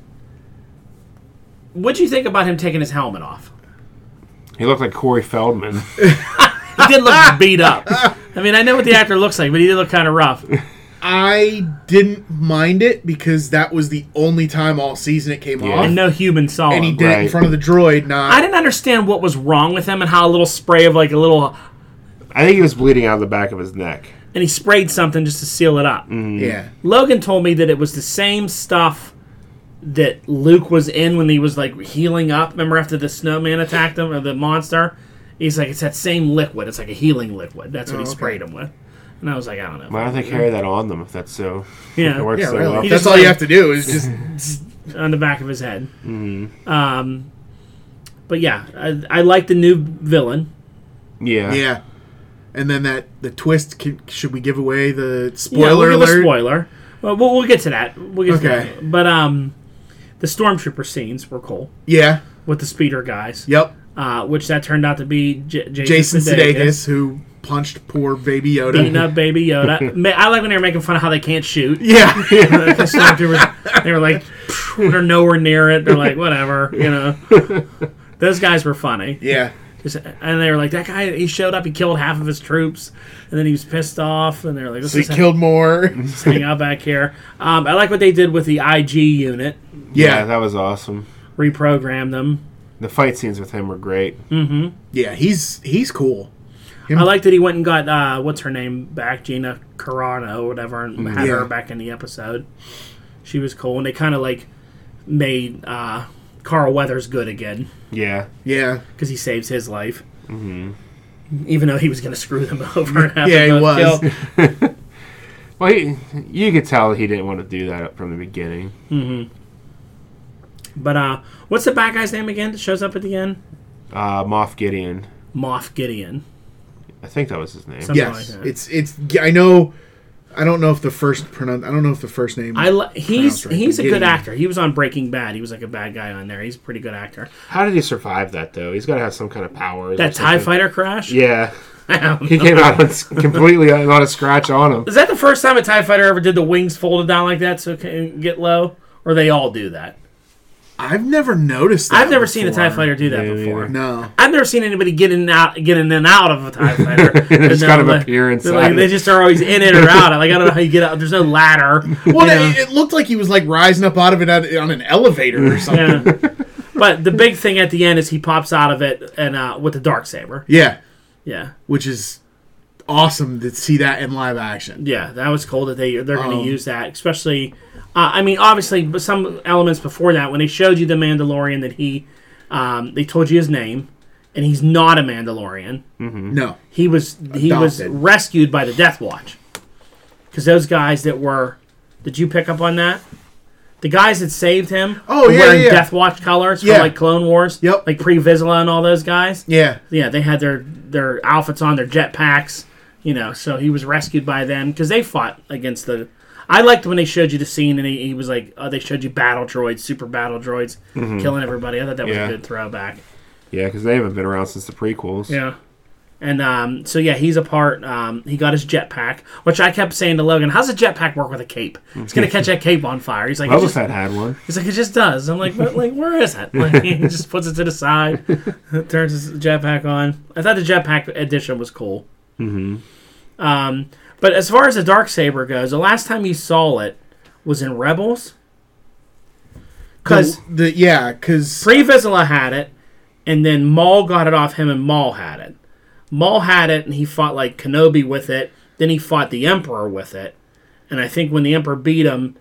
[SPEAKER 1] what'd you think about him taking his helmet off?
[SPEAKER 2] He looked like Corey Feldman.
[SPEAKER 1] He did
[SPEAKER 3] [laughs]
[SPEAKER 1] look beat up. I mean, I know what the actor looks like, but he did look kind of rough.
[SPEAKER 3] I didn't mind it because that was the only time all season it came
[SPEAKER 2] Yeah.
[SPEAKER 3] off.
[SPEAKER 1] And no human saw
[SPEAKER 3] and he
[SPEAKER 1] him.
[SPEAKER 3] did it in
[SPEAKER 2] Right.
[SPEAKER 3] front of the droid, not
[SPEAKER 1] I didn't understand what was wrong with him and how a little spray of like a little,
[SPEAKER 2] [laughs] I think he was bleeding out of the back of his neck.
[SPEAKER 1] and he sprayed something just to seal it up.
[SPEAKER 3] yeah.
[SPEAKER 1] Logan told me that it was the same stuff that Luke was in when he was like healing up. Remember after the snowman attacked him or the monster? He's like, it's that same liquid. It's like a healing liquid. That's what
[SPEAKER 3] Oh,
[SPEAKER 1] he
[SPEAKER 3] okay.
[SPEAKER 1] sprayed him with. And I was like, I don't know.
[SPEAKER 2] Why don't they carry that on them if that's so?
[SPEAKER 1] Yeah.
[SPEAKER 2] It works
[SPEAKER 3] Yeah,
[SPEAKER 2] so
[SPEAKER 3] really.
[SPEAKER 2] well.
[SPEAKER 1] He
[SPEAKER 3] That's
[SPEAKER 1] just
[SPEAKER 3] all you
[SPEAKER 1] like-
[SPEAKER 3] have to do is just
[SPEAKER 1] on the back of his head.
[SPEAKER 3] Mm-hmm.
[SPEAKER 1] Um, but yeah, I, I like the new villain.
[SPEAKER 2] Yeah.
[SPEAKER 3] yeah. And then that the twist can, should we give away the
[SPEAKER 1] Yeah,
[SPEAKER 3] spoiler
[SPEAKER 1] we'll give a
[SPEAKER 3] alert?
[SPEAKER 1] spoiler. Well, we'll, we'll get to that. We'll get
[SPEAKER 3] Okay.
[SPEAKER 1] to that. But um, the stormtrooper scenes were cool
[SPEAKER 3] Yeah.
[SPEAKER 1] with the speeder guys.
[SPEAKER 3] Yep.
[SPEAKER 1] Uh, which that turned out to be J-
[SPEAKER 3] Jason
[SPEAKER 1] Jason,
[SPEAKER 3] Sudeikis who punched poor baby
[SPEAKER 1] beating
[SPEAKER 3] [laughs] Yoda.
[SPEAKER 1] up Baby Yoda. Ma- I like when they're making fun of how they can't shoot. [laughs]
[SPEAKER 3] Yeah. [laughs]
[SPEAKER 1] The stormtroopers, they were like, "Pfft, they're nowhere near it. They're like, whatever, you
[SPEAKER 3] [laughs]
[SPEAKER 1] know. Those guys were funny.
[SPEAKER 3] yeah.
[SPEAKER 1] Just- and they were like, that guy, he showed up, he killed half of his troops, and then he was pissed off, and they were like, let's
[SPEAKER 3] So he
[SPEAKER 1] just ha-
[SPEAKER 3] killed more.
[SPEAKER 1] just hang out back here. Um, I like what they did with the IG unit,
[SPEAKER 3] [laughs] Yeah.
[SPEAKER 2] that was awesome.
[SPEAKER 1] reprogrammed them.
[SPEAKER 2] The fight scenes with him were great.
[SPEAKER 3] Yeah, he's he's cool.
[SPEAKER 1] I like that he went and got, uh, what's her name back, Gina Carano or whatever, and had
[SPEAKER 3] Mm-hmm. Yeah.
[SPEAKER 1] her back in the episode. She was cool, and they kind of like made uh, Carl Weathers good again
[SPEAKER 2] Yeah.
[SPEAKER 3] Yeah.
[SPEAKER 1] because he saves his life. Mm-hmm. Even though he was going to screw them [laughs] over. And have
[SPEAKER 3] Yeah,
[SPEAKER 1] them
[SPEAKER 3] he
[SPEAKER 1] both
[SPEAKER 3] was.
[SPEAKER 1] killed.
[SPEAKER 2] Well, he, you could tell he didn't want to do that from the beginning.
[SPEAKER 1] But uh, what's the bad guy's name again that shows up at the end?
[SPEAKER 2] Uh, Moff Gideon.
[SPEAKER 1] Moff Gideon.
[SPEAKER 2] I think that was his name.
[SPEAKER 1] Some-
[SPEAKER 3] Yes.
[SPEAKER 1] like that.
[SPEAKER 3] It's it's I know I don't know if the first pronoun I don't know if the first name
[SPEAKER 1] I li- he's
[SPEAKER 3] Pronounced right,
[SPEAKER 1] he's a good
[SPEAKER 3] Gideon.
[SPEAKER 1] actor. He was on Breaking Bad. He was like a bad guy on there. He's a pretty good actor.
[SPEAKER 2] How did he survive that though? He's got to have some kind of powers. or
[SPEAKER 1] That Tie
[SPEAKER 2] something.
[SPEAKER 1] Fighter crash.
[SPEAKER 2] Yeah,
[SPEAKER 1] [laughs] I don't
[SPEAKER 2] he
[SPEAKER 1] know.
[SPEAKER 2] came out with completely not a scratch on him.
[SPEAKER 1] Is that the first time a Tie Fighter ever did the wings folded down like that so it can get low? Or they all do that?
[SPEAKER 3] I've never noticed that
[SPEAKER 1] I've never seen a
[SPEAKER 3] before.
[SPEAKER 1] Tie Fighter do that
[SPEAKER 2] Yeah, me
[SPEAKER 1] before.
[SPEAKER 2] neither.
[SPEAKER 3] No.
[SPEAKER 1] [laughs] I've never seen anybody get in and out getting in and out of a
[SPEAKER 2] [laughs]
[SPEAKER 1] Tie Fighter. And
[SPEAKER 2] just
[SPEAKER 1] then,
[SPEAKER 2] kind of
[SPEAKER 1] like-
[SPEAKER 2] appear
[SPEAKER 1] they're
[SPEAKER 2] inside
[SPEAKER 1] Like,
[SPEAKER 2] it.
[SPEAKER 1] they just are always in it or out. Like I don't know how you get out. There's no
[SPEAKER 2] [laughs]
[SPEAKER 1] ladder.
[SPEAKER 3] Well,
[SPEAKER 1] Yeah.
[SPEAKER 3] it, it looked like he was like rising up out of it on, on an elevator or something.
[SPEAKER 1] [laughs]
[SPEAKER 3] [laughs]
[SPEAKER 1] Yeah. but the big thing at the end is he pops out of it and uh, with the dark saber.
[SPEAKER 3] yeah,
[SPEAKER 1] Yeah,
[SPEAKER 3] which is awesome to see that in live action.
[SPEAKER 1] yeah, that was cool that they they're going
[SPEAKER 3] Um,
[SPEAKER 1] to use that, especially. Uh, I mean, obviously, but some elements before that when they showed you the Mandalorian that he, um, they told you his name, and he's not a Mandalorian.
[SPEAKER 3] No,
[SPEAKER 1] He was he was
[SPEAKER 3] Adopted.
[SPEAKER 1] rescued by the Death Watch, because those guys that were, did you pick up on that? The guys that saved him,
[SPEAKER 3] Oh,
[SPEAKER 1] were
[SPEAKER 3] yeah,
[SPEAKER 1] wearing
[SPEAKER 3] yeah.
[SPEAKER 1] Death Watch colors from
[SPEAKER 3] Yeah.
[SPEAKER 1] like Clone Wars,
[SPEAKER 3] Yep.
[SPEAKER 1] like pre Vizsla and all those guys.
[SPEAKER 3] yeah,
[SPEAKER 1] yeah, they had their their outfits on, their jetpacks, you know. So he was rescued by them because they fought against the. I liked when they showed you the scene and he, he was like, oh, they showed you battle droids, super battle droids, killing everybody. I thought that was
[SPEAKER 2] Yeah.
[SPEAKER 1] a good throwback.
[SPEAKER 2] Yeah, because they haven't been around since the prequels.
[SPEAKER 1] Yeah. And um, so yeah, he's a part. Um, he got his jetpack, which I kept saying to Logan, "How's a jetpack work with a cape? It's gonna catch that cape on fire." He's like, "It
[SPEAKER 2] Boba
[SPEAKER 1] just-
[SPEAKER 2] Fett had one.
[SPEAKER 1] He's like, it just does. I'm like, but like, where is it? [laughs] Like, he just puts it to the side, [laughs] turns his jetpack on. I thought the jetpack edition was cool. Mm-hmm. Um, but as far as the dark saber goes, the last time you saw it was in Rebels, because
[SPEAKER 3] The- the yeah, because
[SPEAKER 1] Pre Vizsla had it, and then Maul got it off him, and Maul had it. Maul had it, and he fought like Kenobi with it. Then he fought the Emperor with it, and I think when the Emperor beat him,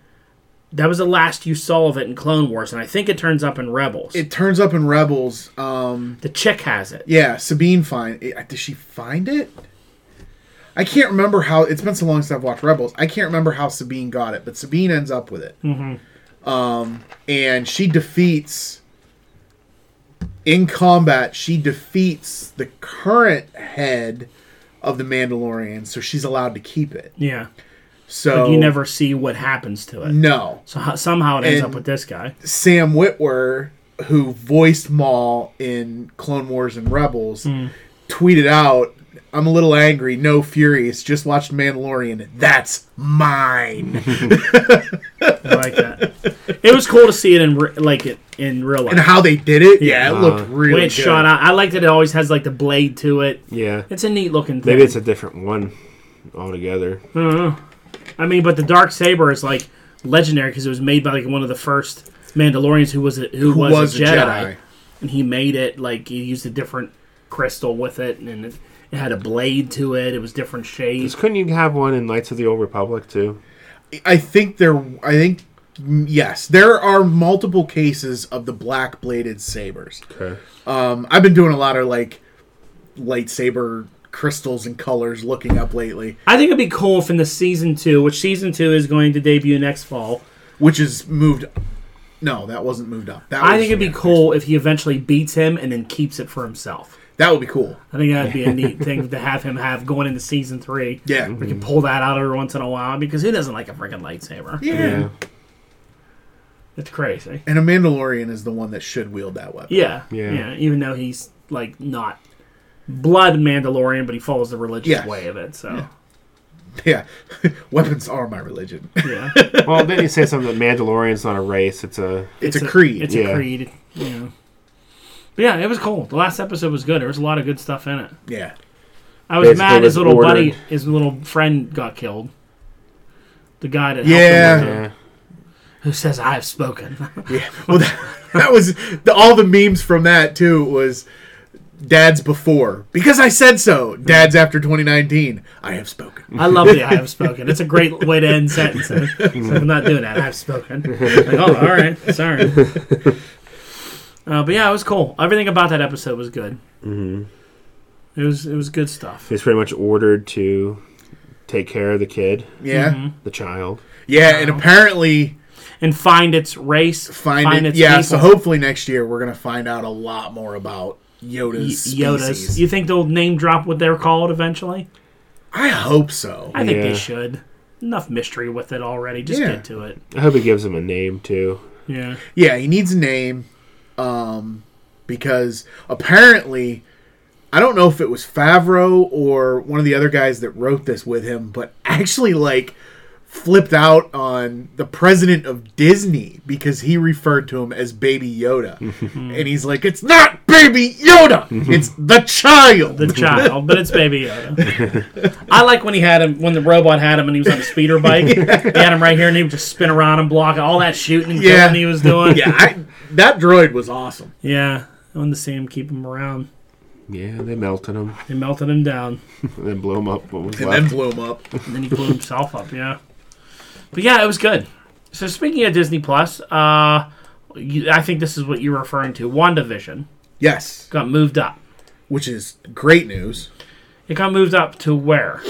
[SPEAKER 1] that was the last you saw of it in Clone Wars, and I think it turns up in Rebels.
[SPEAKER 3] it turns up in Rebels. Um,
[SPEAKER 1] the chick has it.
[SPEAKER 3] yeah, Sabine find it, did she find it? I can't remember how. It's been so long since I've watched Rebels. I can't remember how Sabine got it, but Sabine ends up with it. Mm-hmm. Um, and she defeats in combat. She defeats the current head of the Mandalorian, so she's allowed to keep it.
[SPEAKER 1] Yeah,
[SPEAKER 3] So
[SPEAKER 1] you never see what happens to it.
[SPEAKER 3] no.
[SPEAKER 1] So ho- somehow it ends
[SPEAKER 3] And-
[SPEAKER 1] up with this guy.
[SPEAKER 3] Sam Witwer who voiced Maul in Clone Wars and Rebels,
[SPEAKER 1] Hmm.
[SPEAKER 3] tweeted out, "I'm a little angry, no furious. Just watched Mandalorian. That's
[SPEAKER 1] [laughs]
[SPEAKER 3] mine."
[SPEAKER 1] I like that. it was cool to see it in re- like it in real life.
[SPEAKER 3] and how they did it, yeah, it
[SPEAKER 2] Yeah.
[SPEAKER 3] looked really
[SPEAKER 1] when it
[SPEAKER 3] good.
[SPEAKER 1] Uh, shot out, I like that it always has like the blade to it.
[SPEAKER 2] Yeah.
[SPEAKER 1] It's a neat looking thing.
[SPEAKER 2] Maybe it's a different one altogether.
[SPEAKER 1] I mean, but the dark saber is like legendary because it was made by like one of the first Mandalorians who was a, who,
[SPEAKER 3] Who
[SPEAKER 1] was, a Jedi,
[SPEAKER 3] Jedi.
[SPEAKER 1] and he made it like he used a different crystal with it, and it, it had a blade to it. It was different shades.
[SPEAKER 2] Just couldn't you have one in Knights of the Old Republic too?
[SPEAKER 3] I think there. I think mm, yes, there are multiple cases of the black bladed sabers.
[SPEAKER 2] Okay.
[SPEAKER 3] Um, I've been doing a lot of like lightsaber crystals and colors looking up lately,
[SPEAKER 1] I think it'd be cool if in the season two, which season two is going to debut next fall.
[SPEAKER 3] which is moved. No, that wasn't moved up. That
[SPEAKER 1] I
[SPEAKER 3] was-
[SPEAKER 1] think it'd be cool if he eventually beats him and then keeps it for himself.
[SPEAKER 3] That would be cool.
[SPEAKER 1] I think that'd be a
[SPEAKER 3] [laughs]
[SPEAKER 1] neat thing to have him have going into season three.
[SPEAKER 3] Yeah.
[SPEAKER 1] We can pull that out every once in a while because who doesn't like a freaking lightsaber?
[SPEAKER 3] yeah.
[SPEAKER 2] Yeah.
[SPEAKER 1] It's crazy.
[SPEAKER 3] And a Mandalorian is the one that should wield that weapon.
[SPEAKER 1] Yeah,
[SPEAKER 2] Yeah.
[SPEAKER 1] Even though he's like not blood Mandalorian, but he follows the religious
[SPEAKER 3] Yes.
[SPEAKER 1] way of it. So
[SPEAKER 3] Yeah. [laughs] Weapons are my religion.
[SPEAKER 1] yeah,
[SPEAKER 2] Well, then you say something that Mandalorian's not a race; it's a
[SPEAKER 3] [laughs] It's, a, creed.
[SPEAKER 1] It's a
[SPEAKER 2] yeah.
[SPEAKER 1] creed. Yeah. But yeah, it was cool. The last episode was good. There was a lot of good stuff in it.
[SPEAKER 3] yeah.
[SPEAKER 1] I was
[SPEAKER 2] Basically,
[SPEAKER 1] mad his
[SPEAKER 2] was
[SPEAKER 1] little buddy,
[SPEAKER 2] ordered.
[SPEAKER 1] his little friend got killed. The guy that helped him
[SPEAKER 3] Yeah.
[SPEAKER 1] with it,
[SPEAKER 2] yeah.
[SPEAKER 1] who says I have spoken.
[SPEAKER 3] Well, that, [laughs] that was the, all the memes from that too was dad's before because I said so. Dad's after 2019. I have spoken.
[SPEAKER 1] I love the I have spoken. It's a great way to end sentences. So I'm not doing that. I have spoken. Like, oh, all right. Sorry. Uh, but yeah, it was cool. Everything about that episode was good. Mm-hmm. It was it was good stuff.
[SPEAKER 2] He's pretty much ordered to take care of the kid,
[SPEAKER 3] Yeah.
[SPEAKER 1] Mm-hmm.
[SPEAKER 2] the child.
[SPEAKER 3] Yeah, and apparently
[SPEAKER 1] And find its race.
[SPEAKER 3] find, it.
[SPEAKER 1] its
[SPEAKER 3] yeah,
[SPEAKER 1] people.
[SPEAKER 3] so hopefully next year we're gonna find out a lot more about
[SPEAKER 1] Y-
[SPEAKER 3] Yoda's
[SPEAKER 1] Yodas.
[SPEAKER 3] species.
[SPEAKER 1] You think they'll name drop what they're called eventually?
[SPEAKER 3] I hope so.
[SPEAKER 1] I think they
[SPEAKER 2] Yeah.
[SPEAKER 1] should. Enough mystery with it already. Just
[SPEAKER 3] Yeah.
[SPEAKER 1] get to it.
[SPEAKER 2] I hope he gives him a name too.
[SPEAKER 1] Yeah.
[SPEAKER 3] Yeah, he needs a name, um, because apparently, I don't know if it was Favreau or one of the other guys that wrote this with him, but actually, like, flipped out on the president of Disney because he referred to him as Baby Yoda, and he's like, "It's not Baby Yoda, it's the child."
[SPEAKER 1] the child, but it's Baby Yoda. [laughs] I like when he had him when the robot had him and he was on a speeder bike.
[SPEAKER 3] [laughs]
[SPEAKER 1] He had him right here and he would just spin around and block all that shooting and
[SPEAKER 3] Yeah.
[SPEAKER 1] killing he was doing.
[SPEAKER 3] [laughs] yeah, I, that droid was awesome.
[SPEAKER 1] yeah. I wanted to see him keep him around.
[SPEAKER 2] Yeah, they melted him
[SPEAKER 1] They melted him down,
[SPEAKER 2] and then blew him up. What was
[SPEAKER 3] And
[SPEAKER 2] left?
[SPEAKER 3] then blew him up.
[SPEAKER 1] and then he blew himself up. Yeah, but yeah, it was good. So speaking of Disney Plus, uh, you, I think this is what you're referring to. WandaVision
[SPEAKER 3] Yes,
[SPEAKER 1] got moved up.
[SPEAKER 3] which is great news.
[SPEAKER 1] It got moved up to where?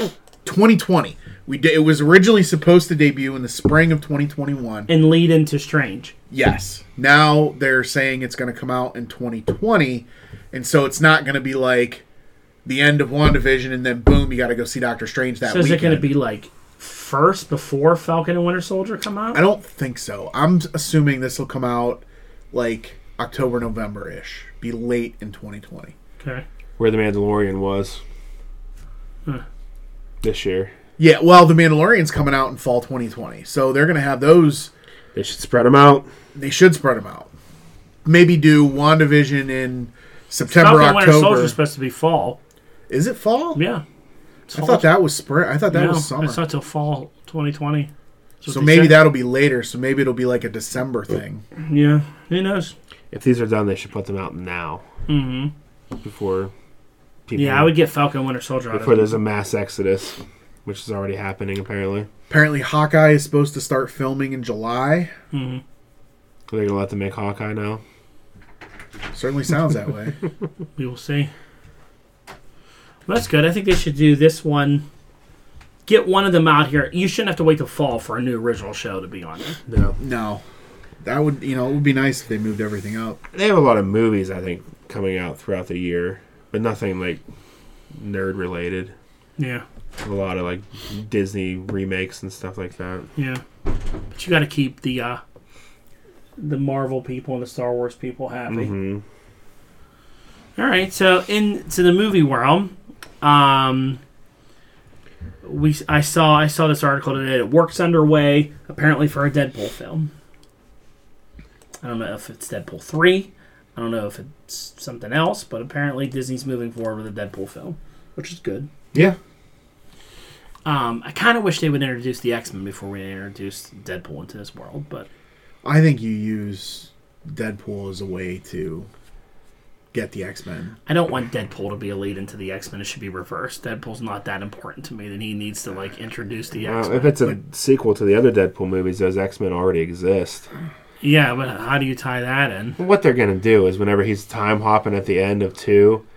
[SPEAKER 3] 2020. We did, it was originally supposed to debut in the spring of 2021.
[SPEAKER 1] And lead into Strange.
[SPEAKER 3] Yes. Now they're saying it's going to come out in 2020, and so it's not going to be like the end of WandaVision and then boom, you got to go see Doctor Strange that
[SPEAKER 1] So is
[SPEAKER 3] weekend.
[SPEAKER 1] it going to be like first before Falcon and Winter Soldier come out?
[SPEAKER 3] I don't think so. I'm assuming this will come out like October, November ish. Be late in 2020.
[SPEAKER 1] Okay.
[SPEAKER 2] Where the Mandalorian was this year.
[SPEAKER 3] Yeah. Well, The Mandalorian's coming out in fall 2020, so they're going to have those.
[SPEAKER 2] They should spread him out.
[SPEAKER 3] They should spread them out. Maybe do WandaVision in September,
[SPEAKER 1] Falcon Winter
[SPEAKER 3] October.
[SPEAKER 1] Soldier's supposed to be fall.
[SPEAKER 3] Is it fall?
[SPEAKER 1] Yeah. It's
[SPEAKER 3] I thought that was spring. I thought that was summer.
[SPEAKER 1] It's not till fall 2020. That's what
[SPEAKER 3] so
[SPEAKER 1] they
[SPEAKER 3] maybe
[SPEAKER 1] said.
[SPEAKER 3] that'll be later. So maybe it'll be like a December thing.
[SPEAKER 1] Yeah. Who knows?
[SPEAKER 2] If these are done, they should put them out now. Mm-hmm. Before people.
[SPEAKER 1] Yeah, I would get Falcon Winter Soldier out
[SPEAKER 2] Before
[SPEAKER 1] of it.
[SPEAKER 2] there's a mass exodus, which is already happening apparently.
[SPEAKER 3] Apparently, Hawkeye is supposed to start filming in July.
[SPEAKER 2] Are they gonna let them make Hawkeye now?
[SPEAKER 3] Certainly sounds that
[SPEAKER 1] [laughs]
[SPEAKER 3] way.
[SPEAKER 1] We will see. Well, that's good. I think they should do this one. Get one of them out here. You shouldn't have to wait till fall for a new original show to be on it.
[SPEAKER 2] No.
[SPEAKER 3] No, that would you know it would be nice if they moved everything up.
[SPEAKER 2] They have a lot of movies I think coming out throughout the year, but nothing like nerd related.
[SPEAKER 1] Yeah.
[SPEAKER 2] A lot of like Disney remakes and stuff like that.
[SPEAKER 1] Yeah. But you got to keep the uh, the Marvel people and the Star Wars people happy.
[SPEAKER 2] Mm-hmm.
[SPEAKER 1] All right, so into the movie realm, um, we I saw I saw this article today. It works underway apparently for a Deadpool film. I don't know if it's Deadpool three. I don't know if it's something else, but apparently Disney's moving forward with a Deadpool film, which is good.
[SPEAKER 2] Yeah.
[SPEAKER 1] Um, I kind of wish they would introduce the X Men before we introduced Deadpool into this world, but
[SPEAKER 3] I think you use Deadpool as a way to get the X Men.
[SPEAKER 1] I don't want Deadpool to be a lead into the X Men. It should be reversed. Deadpool's not that important to me that he needs to like introduce the X
[SPEAKER 2] Well,
[SPEAKER 1] Men.
[SPEAKER 2] Uh, if it's a sequel to the other Deadpool movies, those X Men already exist.
[SPEAKER 1] yeah, but how do you tie that in?
[SPEAKER 2] What they're gonna do is whenever he's time hopping at the end of two,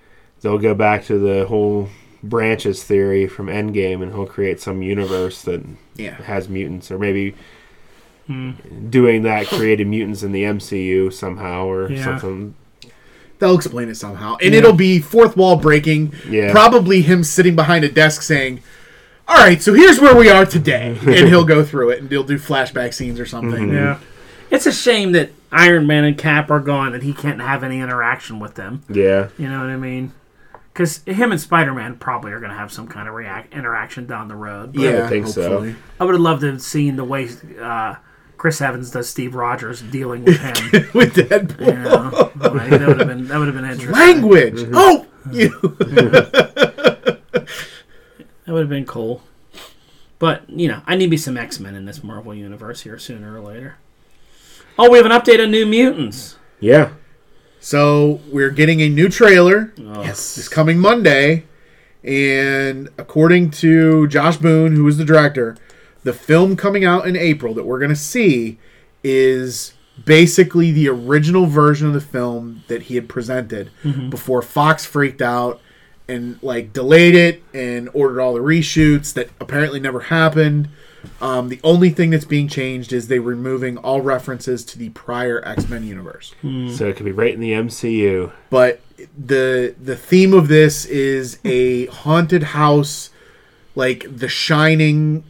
[SPEAKER 2] they'll go back to the whole branches theory from Endgame, and he'll create some universe that
[SPEAKER 3] Yeah.
[SPEAKER 2] has mutants, or maybe
[SPEAKER 1] Hmm.
[SPEAKER 2] doing that created mutants in the MCU somehow, or
[SPEAKER 1] Yeah.
[SPEAKER 2] something.
[SPEAKER 3] They'll explain it somehow. And
[SPEAKER 1] Yeah.
[SPEAKER 3] it'll be fourth wall breaking.
[SPEAKER 2] Yeah.
[SPEAKER 3] Probably him sitting behind a desk saying, All right, so here's where we
[SPEAKER 2] [laughs]
[SPEAKER 3] are today. and he'll go through it and he'll do flashback scenes or something.
[SPEAKER 2] Mm-hmm.
[SPEAKER 1] Yeah, it's a shame that Iron Man and Cap are gone and he can't have any interaction with them.
[SPEAKER 2] Yeah,
[SPEAKER 1] You know what I mean? Because him and Spider Man probably are going to have some kind of react interaction down the road. But
[SPEAKER 3] Yeah,
[SPEAKER 2] would think so.
[SPEAKER 3] hopefully. [laughs]
[SPEAKER 1] I would have loved to have seen the way uh, Chris Evans does Steve Rogers dealing with him.
[SPEAKER 3] With Deadpool.
[SPEAKER 1] you
[SPEAKER 3] [laughs]
[SPEAKER 1] know? Like, that would have been that would have been interesting.
[SPEAKER 3] Language!
[SPEAKER 2] Mm-hmm.
[SPEAKER 3] Oh! You.
[SPEAKER 1] That would have been cool. But, you know, I need me some X Men in this Marvel universe here sooner or later. Oh, we have an update on New Mutants.
[SPEAKER 2] yeah.
[SPEAKER 3] So we're getting a new trailer.
[SPEAKER 1] Oh,
[SPEAKER 3] It's coming Monday, and according to Josh Boone, who is the director, the film coming out in April that we're going to see is basically the original version of the film that he had presented before Fox freaked out and like delayed it and ordered all the reshoots that apparently never happened. Um, the only thing that's being changed is they're removing all references to the prior X Men universe
[SPEAKER 1] Hmm.
[SPEAKER 2] So it could be right in the MCU.
[SPEAKER 3] but the the theme of this is a haunted house like the shining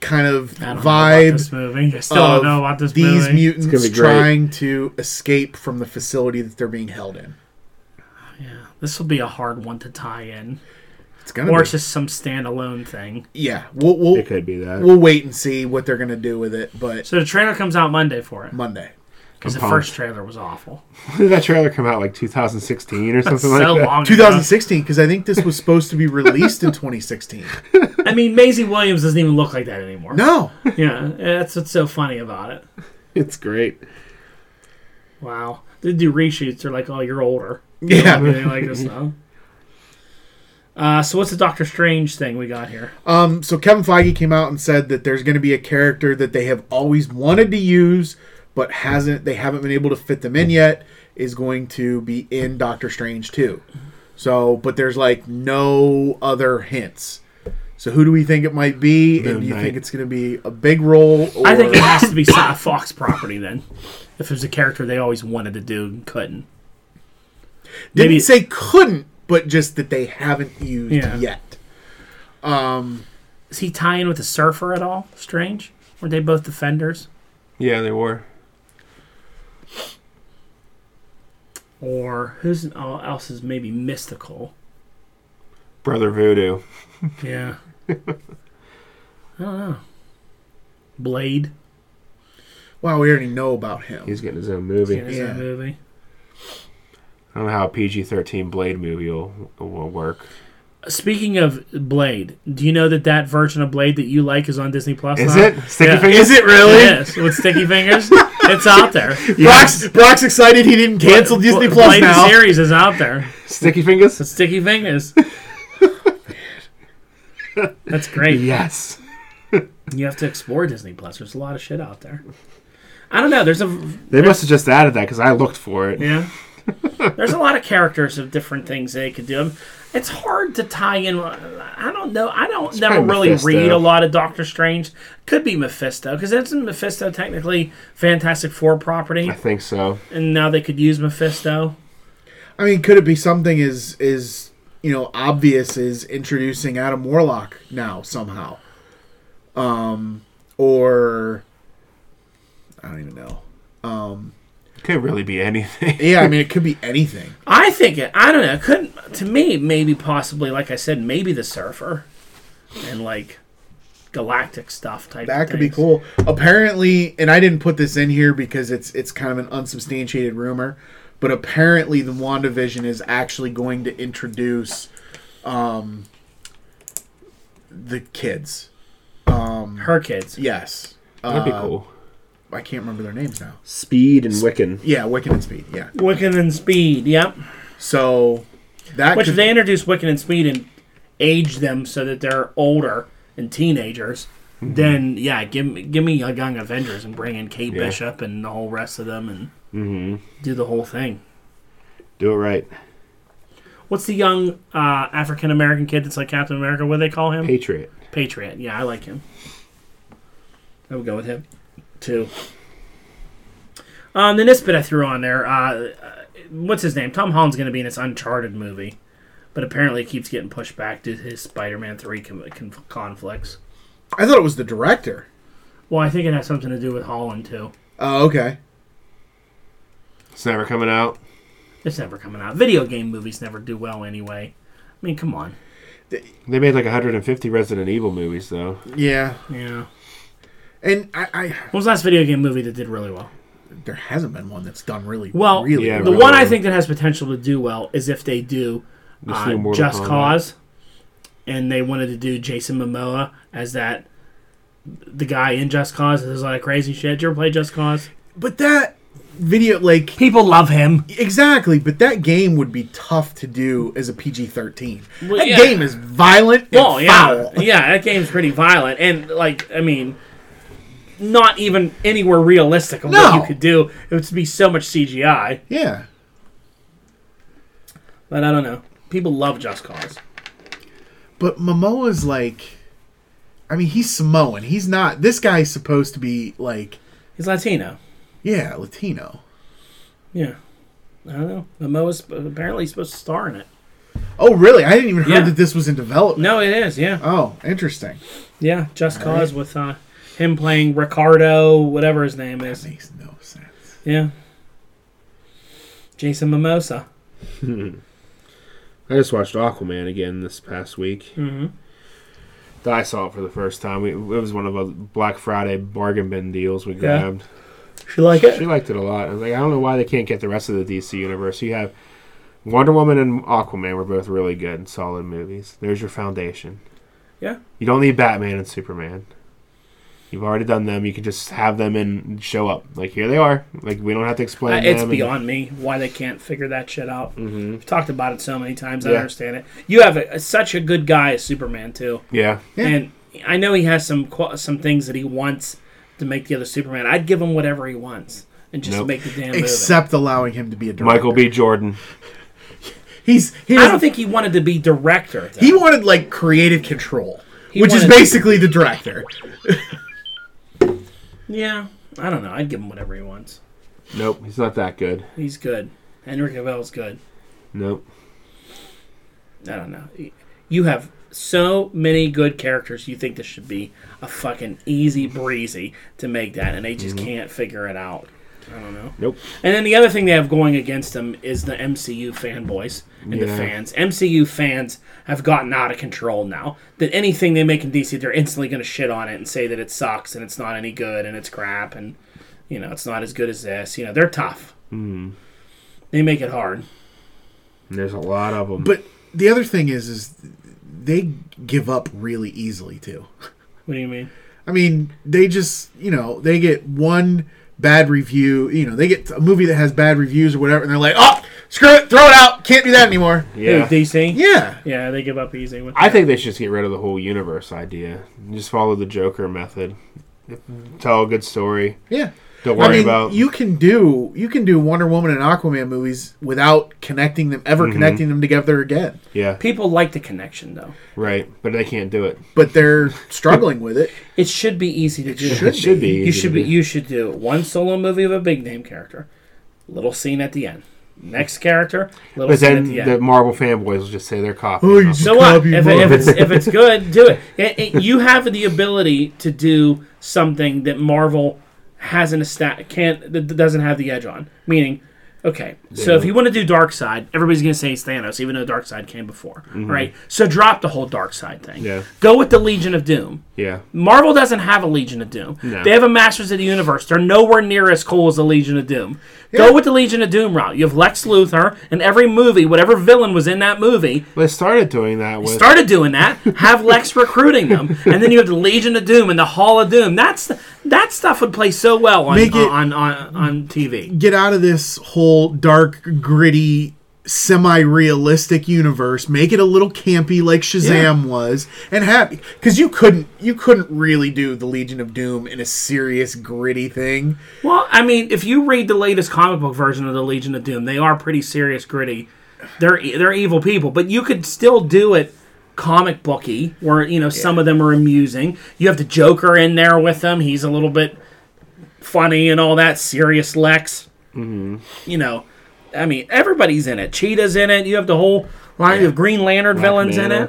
[SPEAKER 3] kind of
[SPEAKER 1] I don't know about this
[SPEAKER 3] vibe
[SPEAKER 1] movie. I still
[SPEAKER 3] of
[SPEAKER 1] don't know about this
[SPEAKER 3] these
[SPEAKER 1] movie.
[SPEAKER 2] gonna
[SPEAKER 3] mutants
[SPEAKER 2] be great.
[SPEAKER 3] trying to escape from the facility that they're being held in
[SPEAKER 1] yeah, this will be a hard one to tie in.
[SPEAKER 3] it's gonna
[SPEAKER 1] Or
[SPEAKER 3] be,
[SPEAKER 1] it's just some standalone thing.
[SPEAKER 3] yeah we'll we'll,
[SPEAKER 2] It could be that.
[SPEAKER 3] we'll wait and see what they're gonna do with it but
[SPEAKER 1] So the trailer comes out Monday for it.
[SPEAKER 3] monday
[SPEAKER 1] Because the
[SPEAKER 2] pumped.
[SPEAKER 1] first trailer was awful.
[SPEAKER 2] [laughs] Did that trailer come out like 2016 or something
[SPEAKER 1] So
[SPEAKER 2] [laughs] like that?
[SPEAKER 1] long. ago.
[SPEAKER 3] 2016 because i think this was supposed to be released in 2016
[SPEAKER 1] I mean, Maisie Williams doesn't even look like that anymore.
[SPEAKER 3] no
[SPEAKER 1] Yeah, that's what's so funny about it.
[SPEAKER 2] It's great.
[SPEAKER 1] Wow. They do reshoots. They're like, oh, you're older.
[SPEAKER 3] [laughs] yeah
[SPEAKER 1] Anything like this now. Uh, so what's the Doctor Strange thing we got here?
[SPEAKER 3] Um, so Kevin Feige came out and said that there's going to be a character that they have always wanted to use, but hasn't. They haven't been able to fit them in yet. Is going to be in Doctor Strange too. So, but there's like no other hints. So, who do we think it might be? and do you
[SPEAKER 2] Knight.
[SPEAKER 3] think it's going to be a big role? Or,
[SPEAKER 1] I think it has to be some- a Fox property then. If there's a character they always wanted to do and couldn't.
[SPEAKER 3] didn't
[SPEAKER 1] maybe-
[SPEAKER 3] say couldn't, but just that they haven't used
[SPEAKER 1] Yeah.
[SPEAKER 3] yet. Um,
[SPEAKER 1] Is he tying with the Surfer at all? Strange? Were they both defenders?
[SPEAKER 2] Yeah, they were.
[SPEAKER 1] Or who's oh, else is maybe mystical?
[SPEAKER 2] Brother Voodoo.
[SPEAKER 1] Yeah. [laughs] I don't know. Blade
[SPEAKER 3] Wow, we already know about him.
[SPEAKER 2] He's getting his own
[SPEAKER 1] is
[SPEAKER 2] movie.
[SPEAKER 1] in that
[SPEAKER 3] Yeah.
[SPEAKER 1] movie.
[SPEAKER 2] I don't know how a PG 13 Blade movie will, will work.
[SPEAKER 1] Speaking of Blade, do you know that that version of Blade that you like is on Disney Plus?
[SPEAKER 2] Is
[SPEAKER 1] now?
[SPEAKER 2] it? Sticky
[SPEAKER 1] Yeah.
[SPEAKER 2] Fingers?
[SPEAKER 3] Is it really?
[SPEAKER 1] Yes, with
[SPEAKER 3] [laughs]
[SPEAKER 1] sticky fingers. it's out there.
[SPEAKER 3] Brock's, Brock's excited he didn't cancel Disney
[SPEAKER 1] Bl-
[SPEAKER 3] Plus
[SPEAKER 1] Blade
[SPEAKER 3] now.
[SPEAKER 1] series is out there.
[SPEAKER 2] Sticky Fingers?
[SPEAKER 1] With sticky
[SPEAKER 3] [laughs]
[SPEAKER 1] fingers. That's great.
[SPEAKER 2] Yes.
[SPEAKER 1] You have to explore Disney Plus. There's a lot of shit out there. I don't know. There's a
[SPEAKER 2] They must have just added that because I looked for it.
[SPEAKER 1] yeah. There's a lot of characters of different things they could do. It's hard to tie in. I don't know. I don't never
[SPEAKER 2] probably
[SPEAKER 1] really
[SPEAKER 2] Mephisto.
[SPEAKER 1] read a lot of Doctor Strange. Could be Mephisto because isn't Mephisto technically Fantastic Four property?
[SPEAKER 2] I think so.
[SPEAKER 1] And now they could use Mephisto.
[SPEAKER 3] I mean, could it be something as as you know obvious as introducing Adam Warlock now somehow, um, or I don't even know. Um,
[SPEAKER 2] Could really be anything. [laughs]
[SPEAKER 3] yeah, I mean, it could be anything.
[SPEAKER 1] I think it. I don't know. It Couldn't to me maybe possibly like I said maybe the surfer, and like galactic stuff type.
[SPEAKER 3] That
[SPEAKER 1] of
[SPEAKER 3] could be
[SPEAKER 1] things.
[SPEAKER 3] cool. Apparently, and I didn't put this in here because it's it's kind of an unsubstantiated rumor, but apparently the WandaVision is actually going to introduce um the kids. Um
[SPEAKER 1] Her kids.
[SPEAKER 3] yes.
[SPEAKER 2] That'd be
[SPEAKER 3] Uh,
[SPEAKER 2] cool.
[SPEAKER 3] I can't remember their names now.
[SPEAKER 2] Speed and Wiccan.
[SPEAKER 3] Yeah, Wiccan and Speed, yeah.
[SPEAKER 1] Wiccan and Speed. Yep.
[SPEAKER 3] So that
[SPEAKER 1] Which
[SPEAKER 3] could,
[SPEAKER 1] if they introduce Wiccan and Speed and age them so that they're older and teenagers, then yeah, give me give me a young Avengers and bring in Kate
[SPEAKER 2] Yeah.
[SPEAKER 1] Bishop and the whole rest of them and do the whole thing.
[SPEAKER 2] Do it right.
[SPEAKER 1] What's the young uh, African American kid that's like Captain America? What do they call him?
[SPEAKER 2] Patriot.
[SPEAKER 1] Patriot. Yeah, I like him. I would go with him too. Um, the next bit I threw on there, uh, uh, what's his name? Tom Holland's going to be in this Uncharted movie, but apparently it keeps getting pushed back due to his Spider-Man three con- con- conflicts.
[SPEAKER 3] I thought it was the director.
[SPEAKER 1] Well, I think it has something to do with Holland too.
[SPEAKER 3] Oh, okay.
[SPEAKER 2] It's never coming out.
[SPEAKER 1] It's never coming out. Video game movies never do well anyway. I mean, come on.
[SPEAKER 2] They made like 150 Resident Evil movies though.
[SPEAKER 3] Yeah.
[SPEAKER 1] Yeah.
[SPEAKER 3] And I, I
[SPEAKER 1] What was the last video game movie that did really well?
[SPEAKER 3] there hasn't been one that's done really
[SPEAKER 1] Well,
[SPEAKER 3] really
[SPEAKER 2] Yeah,
[SPEAKER 1] the
[SPEAKER 2] really
[SPEAKER 1] one I
[SPEAKER 2] well.
[SPEAKER 1] think that has potential to do well is if they do
[SPEAKER 2] This
[SPEAKER 1] uh,
[SPEAKER 2] new Mortal
[SPEAKER 1] Just
[SPEAKER 2] Kombat.
[SPEAKER 1] Cause, and they wanted to do Jason Momoa as that the guy in Just Cause. There's a lot of crazy shit. Did you ever play Just Cause?
[SPEAKER 3] But that video like
[SPEAKER 1] People love him.
[SPEAKER 3] Exactly, but that game would be tough to do as a PG thirteen.
[SPEAKER 1] Well,
[SPEAKER 3] that
[SPEAKER 1] yeah.
[SPEAKER 3] game is violent and
[SPEAKER 1] Well, yeah,
[SPEAKER 3] foul.
[SPEAKER 1] yeah, that game's pretty violent, and like, I mean, not even anywhere realistic of what
[SPEAKER 3] No.
[SPEAKER 1] you could do. It would be so much CGI,
[SPEAKER 3] Yeah.
[SPEAKER 1] but I don't know. People love Just Cause.
[SPEAKER 3] But Momoa's like, I mean, he's Samoan. He's not. This guy's supposed to be like,
[SPEAKER 1] He's Latino.
[SPEAKER 3] yeah, Latino.
[SPEAKER 1] Yeah, I don't know. Momoa's apparently supposed to star in it.
[SPEAKER 3] Oh, really? I didn't even
[SPEAKER 1] Yeah.
[SPEAKER 3] heard that this was in development.
[SPEAKER 1] No, it is. Yeah,
[SPEAKER 3] Oh, interesting.
[SPEAKER 1] yeah. Just Cause with uh, him playing Ricardo, whatever his name is.
[SPEAKER 3] Makes no sense.
[SPEAKER 1] Yeah. Jason Mimosa.
[SPEAKER 2] I just watched Aquaman again this past week.
[SPEAKER 1] Mm-hmm.
[SPEAKER 2] I saw it for the first time. We, it was one of those Black Friday bargain bin deals we
[SPEAKER 1] Yeah.
[SPEAKER 2] grabbed.
[SPEAKER 1] She like
[SPEAKER 2] She liked it a lot. I was like, I don't know why they can't get the rest of the DC universe. You have Wonder Woman and Aquaman were both really good and solid movies. There's your foundation.
[SPEAKER 1] Yeah.
[SPEAKER 2] You don't need Batman and Superman. You've already done them. You can just have them and show up. Like here they are. Like we don't have to explain.
[SPEAKER 1] Uh,
[SPEAKER 2] them
[SPEAKER 1] it's
[SPEAKER 2] and-
[SPEAKER 1] beyond me why they can't figure that shit out. Mm-hmm. We've talked about it so many times. I
[SPEAKER 2] Yeah.
[SPEAKER 1] understand it. You have a, such a good guy as Superman too,
[SPEAKER 2] Yeah.
[SPEAKER 3] Yeah.
[SPEAKER 1] and I know he has some qua- some things that he wants to make the other Superman. I'd give him whatever he wants and just
[SPEAKER 2] Nope.
[SPEAKER 1] make the damn movie.
[SPEAKER 3] Except allowing him to be a director.
[SPEAKER 2] Michael B. Jordan.
[SPEAKER 3] He's he
[SPEAKER 1] I don't
[SPEAKER 3] doesn't-
[SPEAKER 1] think he wanted to be director. though.
[SPEAKER 3] he wanted like creative control,
[SPEAKER 1] He
[SPEAKER 3] which is
[SPEAKER 1] wanted-
[SPEAKER 3] basically the director.
[SPEAKER 1] Yeah, I don't know. I'd give him whatever he wants.
[SPEAKER 2] Nope. He's not that good.
[SPEAKER 1] He's good. Henry Cavill's good.
[SPEAKER 2] Nope.
[SPEAKER 1] I don't know. You have so many good characters. You think this should be a fucking easy breezy to make that, and they just can't figure it out. I don't know.
[SPEAKER 2] Nope.
[SPEAKER 1] And then the other thing they have going against them is the MCU fanboys and the
[SPEAKER 2] Yeah.
[SPEAKER 1] fans. MCU fans have gotten out of control now. That anything they make in DC, they're instantly going to shit on it and say that it sucks and it's not any good and it's crap and you know it's not as good as this. You know they're tough. Mm. They make it hard.
[SPEAKER 2] There's a lot of them.
[SPEAKER 3] But the other thing is, is they give up really easily too.
[SPEAKER 1] What do you mean?
[SPEAKER 3] I mean, they just you know they get one bad review. You know, they get a movie that has bad reviews or whatever, and they're like, oh, screw it, throw it out, can't do that anymore.
[SPEAKER 2] yeah.
[SPEAKER 1] Who, DC.
[SPEAKER 3] Yeah,
[SPEAKER 1] Yeah, they give up easy. With
[SPEAKER 2] I think they should just get rid of the whole universe idea. Just follow the Joker method. Tell a good story.
[SPEAKER 3] yeah.
[SPEAKER 2] Don't
[SPEAKER 3] I
[SPEAKER 2] worry
[SPEAKER 3] mean,
[SPEAKER 2] about
[SPEAKER 3] you can do you can do Wonder Woman and Aquaman movies without connecting them
[SPEAKER 2] Mm-hmm.
[SPEAKER 3] ever connecting them together again.
[SPEAKER 2] Yeah,
[SPEAKER 1] people like the connection though.
[SPEAKER 2] right. But they can't do it.
[SPEAKER 3] But they're struggling with it.
[SPEAKER 1] It should be easy to do.
[SPEAKER 2] It should be.
[SPEAKER 1] You
[SPEAKER 2] easy
[SPEAKER 1] should
[SPEAKER 2] to
[SPEAKER 1] be.
[SPEAKER 2] do.
[SPEAKER 1] You should do one solo movie of a big name character, little scene at the end. Next character, little
[SPEAKER 2] But
[SPEAKER 1] scene at
[SPEAKER 2] then
[SPEAKER 1] the
[SPEAKER 2] the,
[SPEAKER 1] end.
[SPEAKER 2] Marvel fanboys will just say they're
[SPEAKER 3] Oh,
[SPEAKER 2] copying.
[SPEAKER 3] you
[SPEAKER 2] us.
[SPEAKER 3] just
[SPEAKER 1] so what?
[SPEAKER 3] copy
[SPEAKER 1] If,
[SPEAKER 3] mine.
[SPEAKER 1] it- if it's if it's good, do it. It- it- You have the ability to do something that Marvel hasn't a stat can't that doesn't have the edge on. Meaning, okay, so if you want to do dark side, everybody's gonna say it's Thanos, even though dark side came before, right? So drop the whole dark side thing.
[SPEAKER 2] Yeah.
[SPEAKER 1] Go with the Legion of Doom.
[SPEAKER 2] Yeah.
[SPEAKER 1] Marvel doesn't have a Legion of Doom.
[SPEAKER 2] No.
[SPEAKER 1] They have a Masters of the Universe. They're nowhere near as cool as the Legion of Doom.
[SPEAKER 3] Yeah.
[SPEAKER 1] Go with the Legion of Doom route. You have Lex Luthor, and every movie, whatever villain was in that movie,
[SPEAKER 2] They started doing that with
[SPEAKER 1] started doing that. Have
[SPEAKER 3] [laughs]
[SPEAKER 1] Lex recruiting them, and then you have the Legion of Doom and the Hall of Doom. That's that stuff would play so well on
[SPEAKER 3] Make it-
[SPEAKER 1] on, on on TV.
[SPEAKER 3] get out of this whole dark, gritty, semi-realistic universe. Make it a little campy, like Shazam was, and happy because you couldn't you couldn't really do the Legion of Doom in a serious, gritty thing.
[SPEAKER 1] Well, I mean, if you read the latest comic book version of the Legion of Doom, they are pretty serious, gritty. They're e, they're evil people, but you could still do it comic booky, where you know some of them are amusing. You have the Joker in there with them; he's a little bit funny and all that. Serious Lex, you know. I mean, everybody's in it. Cheetah's in it. You have the whole line of Green Lantern villains in
[SPEAKER 2] Manta.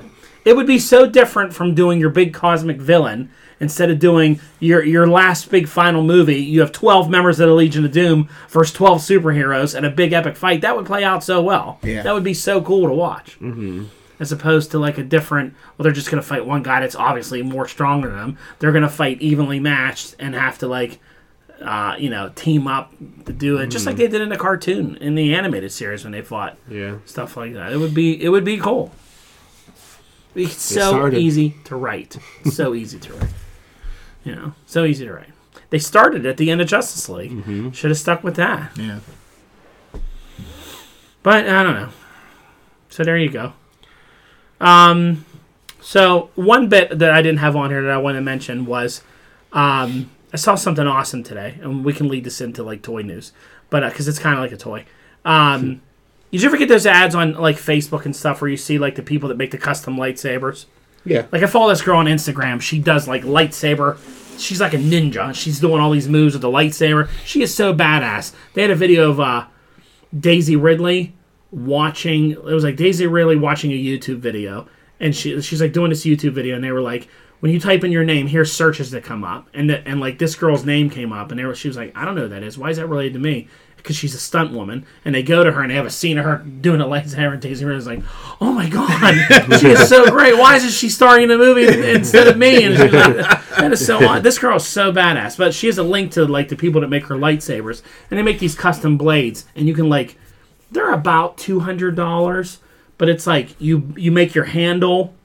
[SPEAKER 1] it. It would be so different from doing your big cosmic villain instead of doing your your last big final movie. You have twelve members of the Legion of Doom versus twelve superheroes and a big epic fight. That would play out so well.
[SPEAKER 3] Yeah.
[SPEAKER 1] That would be so cool to watch. Mm-hmm. As opposed to like a different. Well, they're just gonna fight one guy that's obviously more stronger than them. They're gonna fight evenly matched and have to like uh, you know, team up to do it, just like they did in the cartoon in the animated series when they fought
[SPEAKER 2] yeah.
[SPEAKER 1] stuff like that. It would be it would be cool. It's
[SPEAKER 2] They
[SPEAKER 1] so
[SPEAKER 2] started.
[SPEAKER 1] easy to write. so easy to write. You know, so easy to write. They started at the end of Justice League. Should have stuck with that.
[SPEAKER 3] Yeah.
[SPEAKER 1] But I don't know. So there you go. Um, so one bit that I didn't have on here that I want to mention was um, I saw something awesome today, and we can lead this into like toy news, but because it's kind of like a toy. Um, did you ever get those ads on like Facebook and stuff where you see like the people that make the custom lightsabers?
[SPEAKER 2] Yeah.
[SPEAKER 1] Like I follow this girl on Instagram. She does like lightsaber. She's like a ninja. She's doing all these moves with the lightsaber. She is so badass. They had a video of uh, Daisy Ridley watching. It was like Daisy Ridley watching a YouTube video, and she she's like doing this YouTube video, and they were like, when you type in your name, here's searches that come up, and the, and like this girl's name came up, and they were, she was like, I don't know who that is. Why is that related to me? Because she's a stunt woman, and they go to her and they have a scene of her doing a [laughs] lightsaber, and Daisy Ridley's like, "Oh my god, [laughs] she is so great! Why isn't she starring in the movie instead of me?" And she's like, that is so odd. This girl is so badass. But she has a link to like the people that make her lightsabers, and they make these custom blades, and you can like they're about two hundred dollars, but it's like you you make your handle,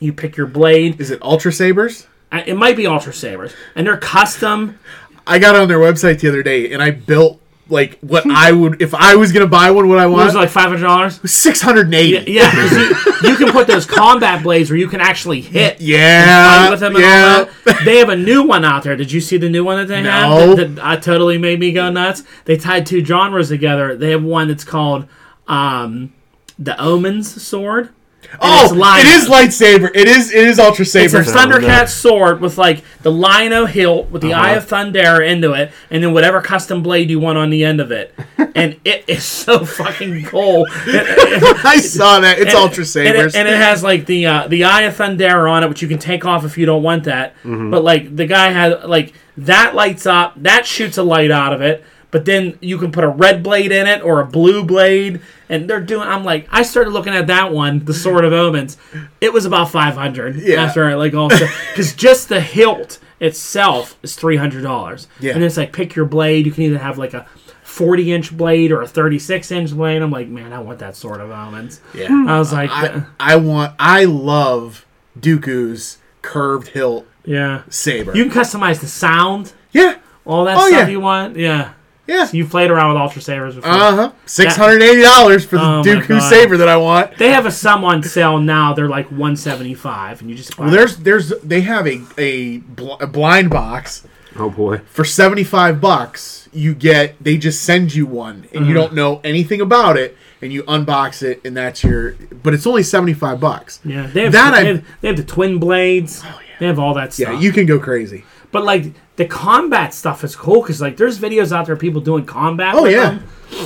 [SPEAKER 1] you pick your blade.
[SPEAKER 3] Is it Ultra Sabers?
[SPEAKER 1] I- It might be Ultra Sabers, and they're custom.
[SPEAKER 3] I got on their website the other day and I built like what I would if I was gonna buy one. What I
[SPEAKER 1] It was
[SPEAKER 3] want
[SPEAKER 1] like five hundred dollars.
[SPEAKER 3] six hundred and eighty.
[SPEAKER 1] Yeah, 'cause you, you can put those combat blades where you can actually hit.
[SPEAKER 3] Yeah,
[SPEAKER 1] fight with them and all that. They have a new one out there. Did you see the new one that they
[SPEAKER 3] No.
[SPEAKER 1] have? That, that uh, totally made me go nuts. They tied two genres together. They have one that's called um, the Omen's Sword. and
[SPEAKER 3] Oh,
[SPEAKER 1] it's lion-
[SPEAKER 3] it is lightsaber. It is it is ultra
[SPEAKER 1] It's a
[SPEAKER 3] saber.
[SPEAKER 1] Thundercat sword with like the lino hilt with the Eye of Thunder into it, and then whatever custom blade you want on the end of it. and it is so fucking cool.
[SPEAKER 3] I saw that. It's ultra sabers.
[SPEAKER 1] And it, and it has like the uh, the Eye of Thundera on it, which you can take off if you don't want that.
[SPEAKER 3] Mm-hmm.
[SPEAKER 1] But like the guy had like that lights up, that shoots a light out of it. But then you can put a red blade in it or a blue blade, and they're doing. I'm like, I started looking at that one, the Sword of Omens. It was about 500
[SPEAKER 3] Yeah.
[SPEAKER 1] after I like also because just the hilt itself is 300 dollars.
[SPEAKER 3] Yeah.
[SPEAKER 1] and it's like pick your blade. You can either have like a 40 inch blade or a 36 inch blade. I'm like, man, I want that Sword of Omens.
[SPEAKER 3] yeah.
[SPEAKER 1] I was like,
[SPEAKER 3] I, I want. I love Dooku's curved hilt
[SPEAKER 1] yeah.
[SPEAKER 3] saber.
[SPEAKER 1] You can customize the sound,
[SPEAKER 3] yeah,
[SPEAKER 1] all that
[SPEAKER 3] Oh,
[SPEAKER 1] stuff
[SPEAKER 3] yeah.
[SPEAKER 1] you want. Yeah.
[SPEAKER 3] yeah.
[SPEAKER 1] You've played around with Ultra Savers before.
[SPEAKER 3] Uh huh. Six hundred eighty dollars for the
[SPEAKER 1] Oh my
[SPEAKER 3] Dooku
[SPEAKER 1] God.
[SPEAKER 3] saber that I want.
[SPEAKER 1] they have a sum on sale now. They're like 175 and you just buy
[SPEAKER 3] Well, there's there's they have a a, bl- a blind box
[SPEAKER 2] Oh boy.
[SPEAKER 3] for 75 bucks you get they just send you one
[SPEAKER 1] Mm-hmm.
[SPEAKER 3] and you don't know anything about it and you unbox it and that's your but it's only 75 bucks
[SPEAKER 1] it. Yeah. They have,
[SPEAKER 3] that
[SPEAKER 1] they,
[SPEAKER 3] I- Oh,
[SPEAKER 1] have, they have the twin blades. They have all that
[SPEAKER 3] yeah
[SPEAKER 1] stuff.
[SPEAKER 3] you can go crazy
[SPEAKER 1] but like the combat stuff is cool because like there's videos out there of people doing combat.
[SPEAKER 3] oh
[SPEAKER 1] with
[SPEAKER 3] yeah
[SPEAKER 1] them.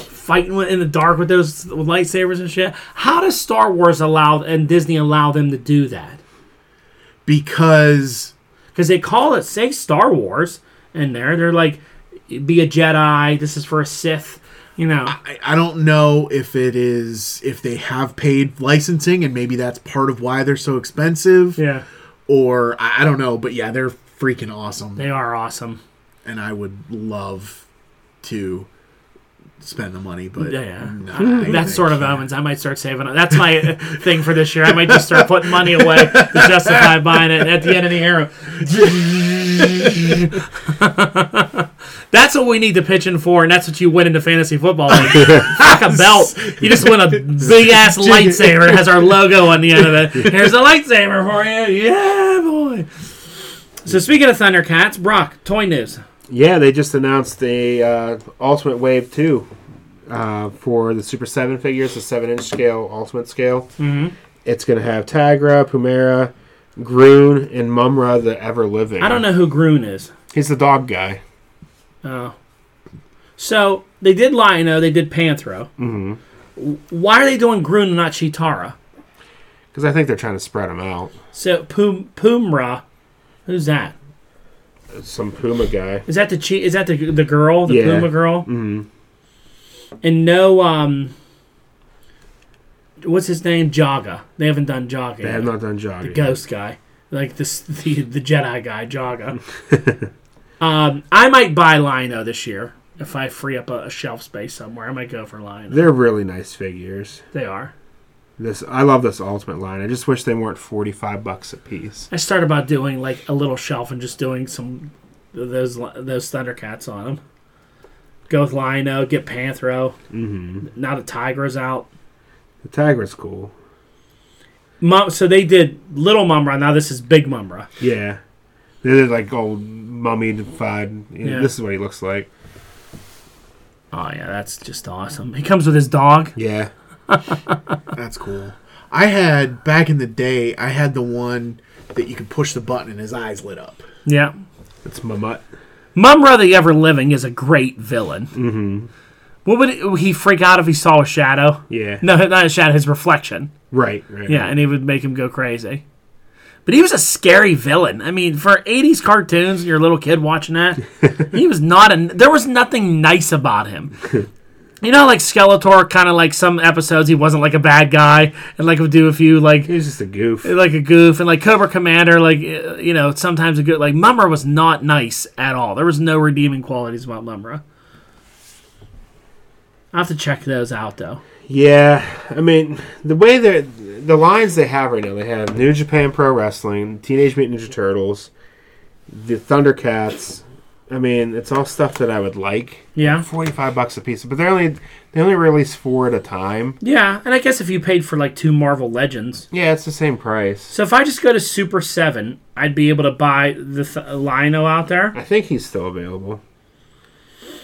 [SPEAKER 1] fighting with- in the dark with those lightsabers and shit. How does Star Wars allow and Disney allow them to do that?
[SPEAKER 3] because
[SPEAKER 1] because they call it say Star Wars, in there. They're like, be a Jedi. This is for a Sith. You know,
[SPEAKER 3] I, I don't know if it is if they have paid licensing and maybe that's part of why they're so expensive
[SPEAKER 1] yeah,
[SPEAKER 3] or I, I don't know but yeah they're freaking awesome
[SPEAKER 1] they are awesome.
[SPEAKER 3] and I would love to spend the money but
[SPEAKER 1] Yeah, yeah. [laughs]
[SPEAKER 3] nah, I
[SPEAKER 1] That's sort of
[SPEAKER 3] can't.
[SPEAKER 1] Owens. I might start saving. up. That's my thing for this year. I might just start putting money away to justify buying it at the end of the year. that's what we need to pitch in for, and that's what you win into fantasy football. Like, fuck a belt. You just win a big ass lightsaber. that has our logo on the end of it. Here's a lightsaber for you. Yeah, boy. So speaking of Thundercats, Brock, toy news.
[SPEAKER 2] Yeah, they just announced the uh, Ultimate Wave 2 uh, for the Super 7 figures, the 7 inch scale, Ultimate scale.
[SPEAKER 1] Mhm.
[SPEAKER 2] It's going to have Tagra, Pumera, Groon, and Mumra, the ever living.
[SPEAKER 1] I don't know who Groon is.
[SPEAKER 2] He's the dog guy.
[SPEAKER 1] Oh. So they did Liono, they did Panthro.
[SPEAKER 2] Mm-hmm.
[SPEAKER 1] Why are they doing Groon and not Chitara?
[SPEAKER 2] Because I think they're trying to spread him out.
[SPEAKER 1] So Pum Pumra, who's that?
[SPEAKER 2] Some Puma guy.
[SPEAKER 1] Is that the chi- is that the the girl, the
[SPEAKER 2] Yeah.
[SPEAKER 1] Puma girl?
[SPEAKER 2] Mm-hmm.
[SPEAKER 1] And no um what's his name? Jaga. They haven't done Jaga.
[SPEAKER 2] They
[SPEAKER 1] yet.
[SPEAKER 2] have not done jogging.
[SPEAKER 1] Ghost guy. Like this [laughs] the the Jedi guy,
[SPEAKER 2] [laughs]
[SPEAKER 1] Jaga. um I might buy Liono this year if I free up a, a shelf space somewhere. I might go for Liono.
[SPEAKER 2] They're really nice figures.
[SPEAKER 1] they are.
[SPEAKER 2] This I love this Ultimate line. I just wish they weren't forty five bucks a piece.
[SPEAKER 1] I started about doing like a little shelf and just doing some th- those those Thundercats on them. Go with Lino, get Panthro.
[SPEAKER 2] Mm-hmm.
[SPEAKER 1] Now the Tigra's out.
[SPEAKER 2] The Tagra's cool.
[SPEAKER 1] Mum, so they did Little Mumra. Now this is Big Mumra.
[SPEAKER 2] Yeah, they're like old mummified. You know,
[SPEAKER 1] Yeah.
[SPEAKER 2] This is what he looks like.
[SPEAKER 1] Oh yeah, that's just awesome. He comes with his dog.
[SPEAKER 2] Yeah,
[SPEAKER 3] That's cool. I had back in the day. I had the one that you could push the button and his eyes lit up.
[SPEAKER 1] Yeah,
[SPEAKER 2] it's Mamut.
[SPEAKER 1] Mumra the Ever Living is a great villain. Mm-hmm. What would, it, would he freak out if he saw a shadow?
[SPEAKER 2] Yeah,
[SPEAKER 1] No, not a shadow. His reflection.
[SPEAKER 2] right, right.
[SPEAKER 1] Yeah, and it would make him go crazy. But he was a scary villain. I mean, for 80s cartoons and your little kid watching that, he was not a there was nothing nice about him. You know, like Skeletor, kind of like some episodes, he wasn't like a bad guy, and like would do a few like
[SPEAKER 2] he was just a goof.
[SPEAKER 1] like a goof, and like Cobra Commander, like uh, you know, sometimes a good like Mumra was not nice at all. There was no redeeming qualities about Mumra. I have to check those out though.
[SPEAKER 2] Yeah, I mean the way that the lines they have right now, they have New Japan Pro Wrestling, Teenage Mutant Ninja Turtles, the Thundercats. I mean, it's all stuff that I would like.
[SPEAKER 1] Yeah.
[SPEAKER 2] Forty five bucks a piece, but they only they only release four at a time.
[SPEAKER 1] Yeah, and I guess if you paid for like two Marvel Legends,
[SPEAKER 2] Yeah, it's the same price.
[SPEAKER 1] so if I just go to Super Seven, I'd be able to buy the th- Lino out there.
[SPEAKER 2] I think he's still available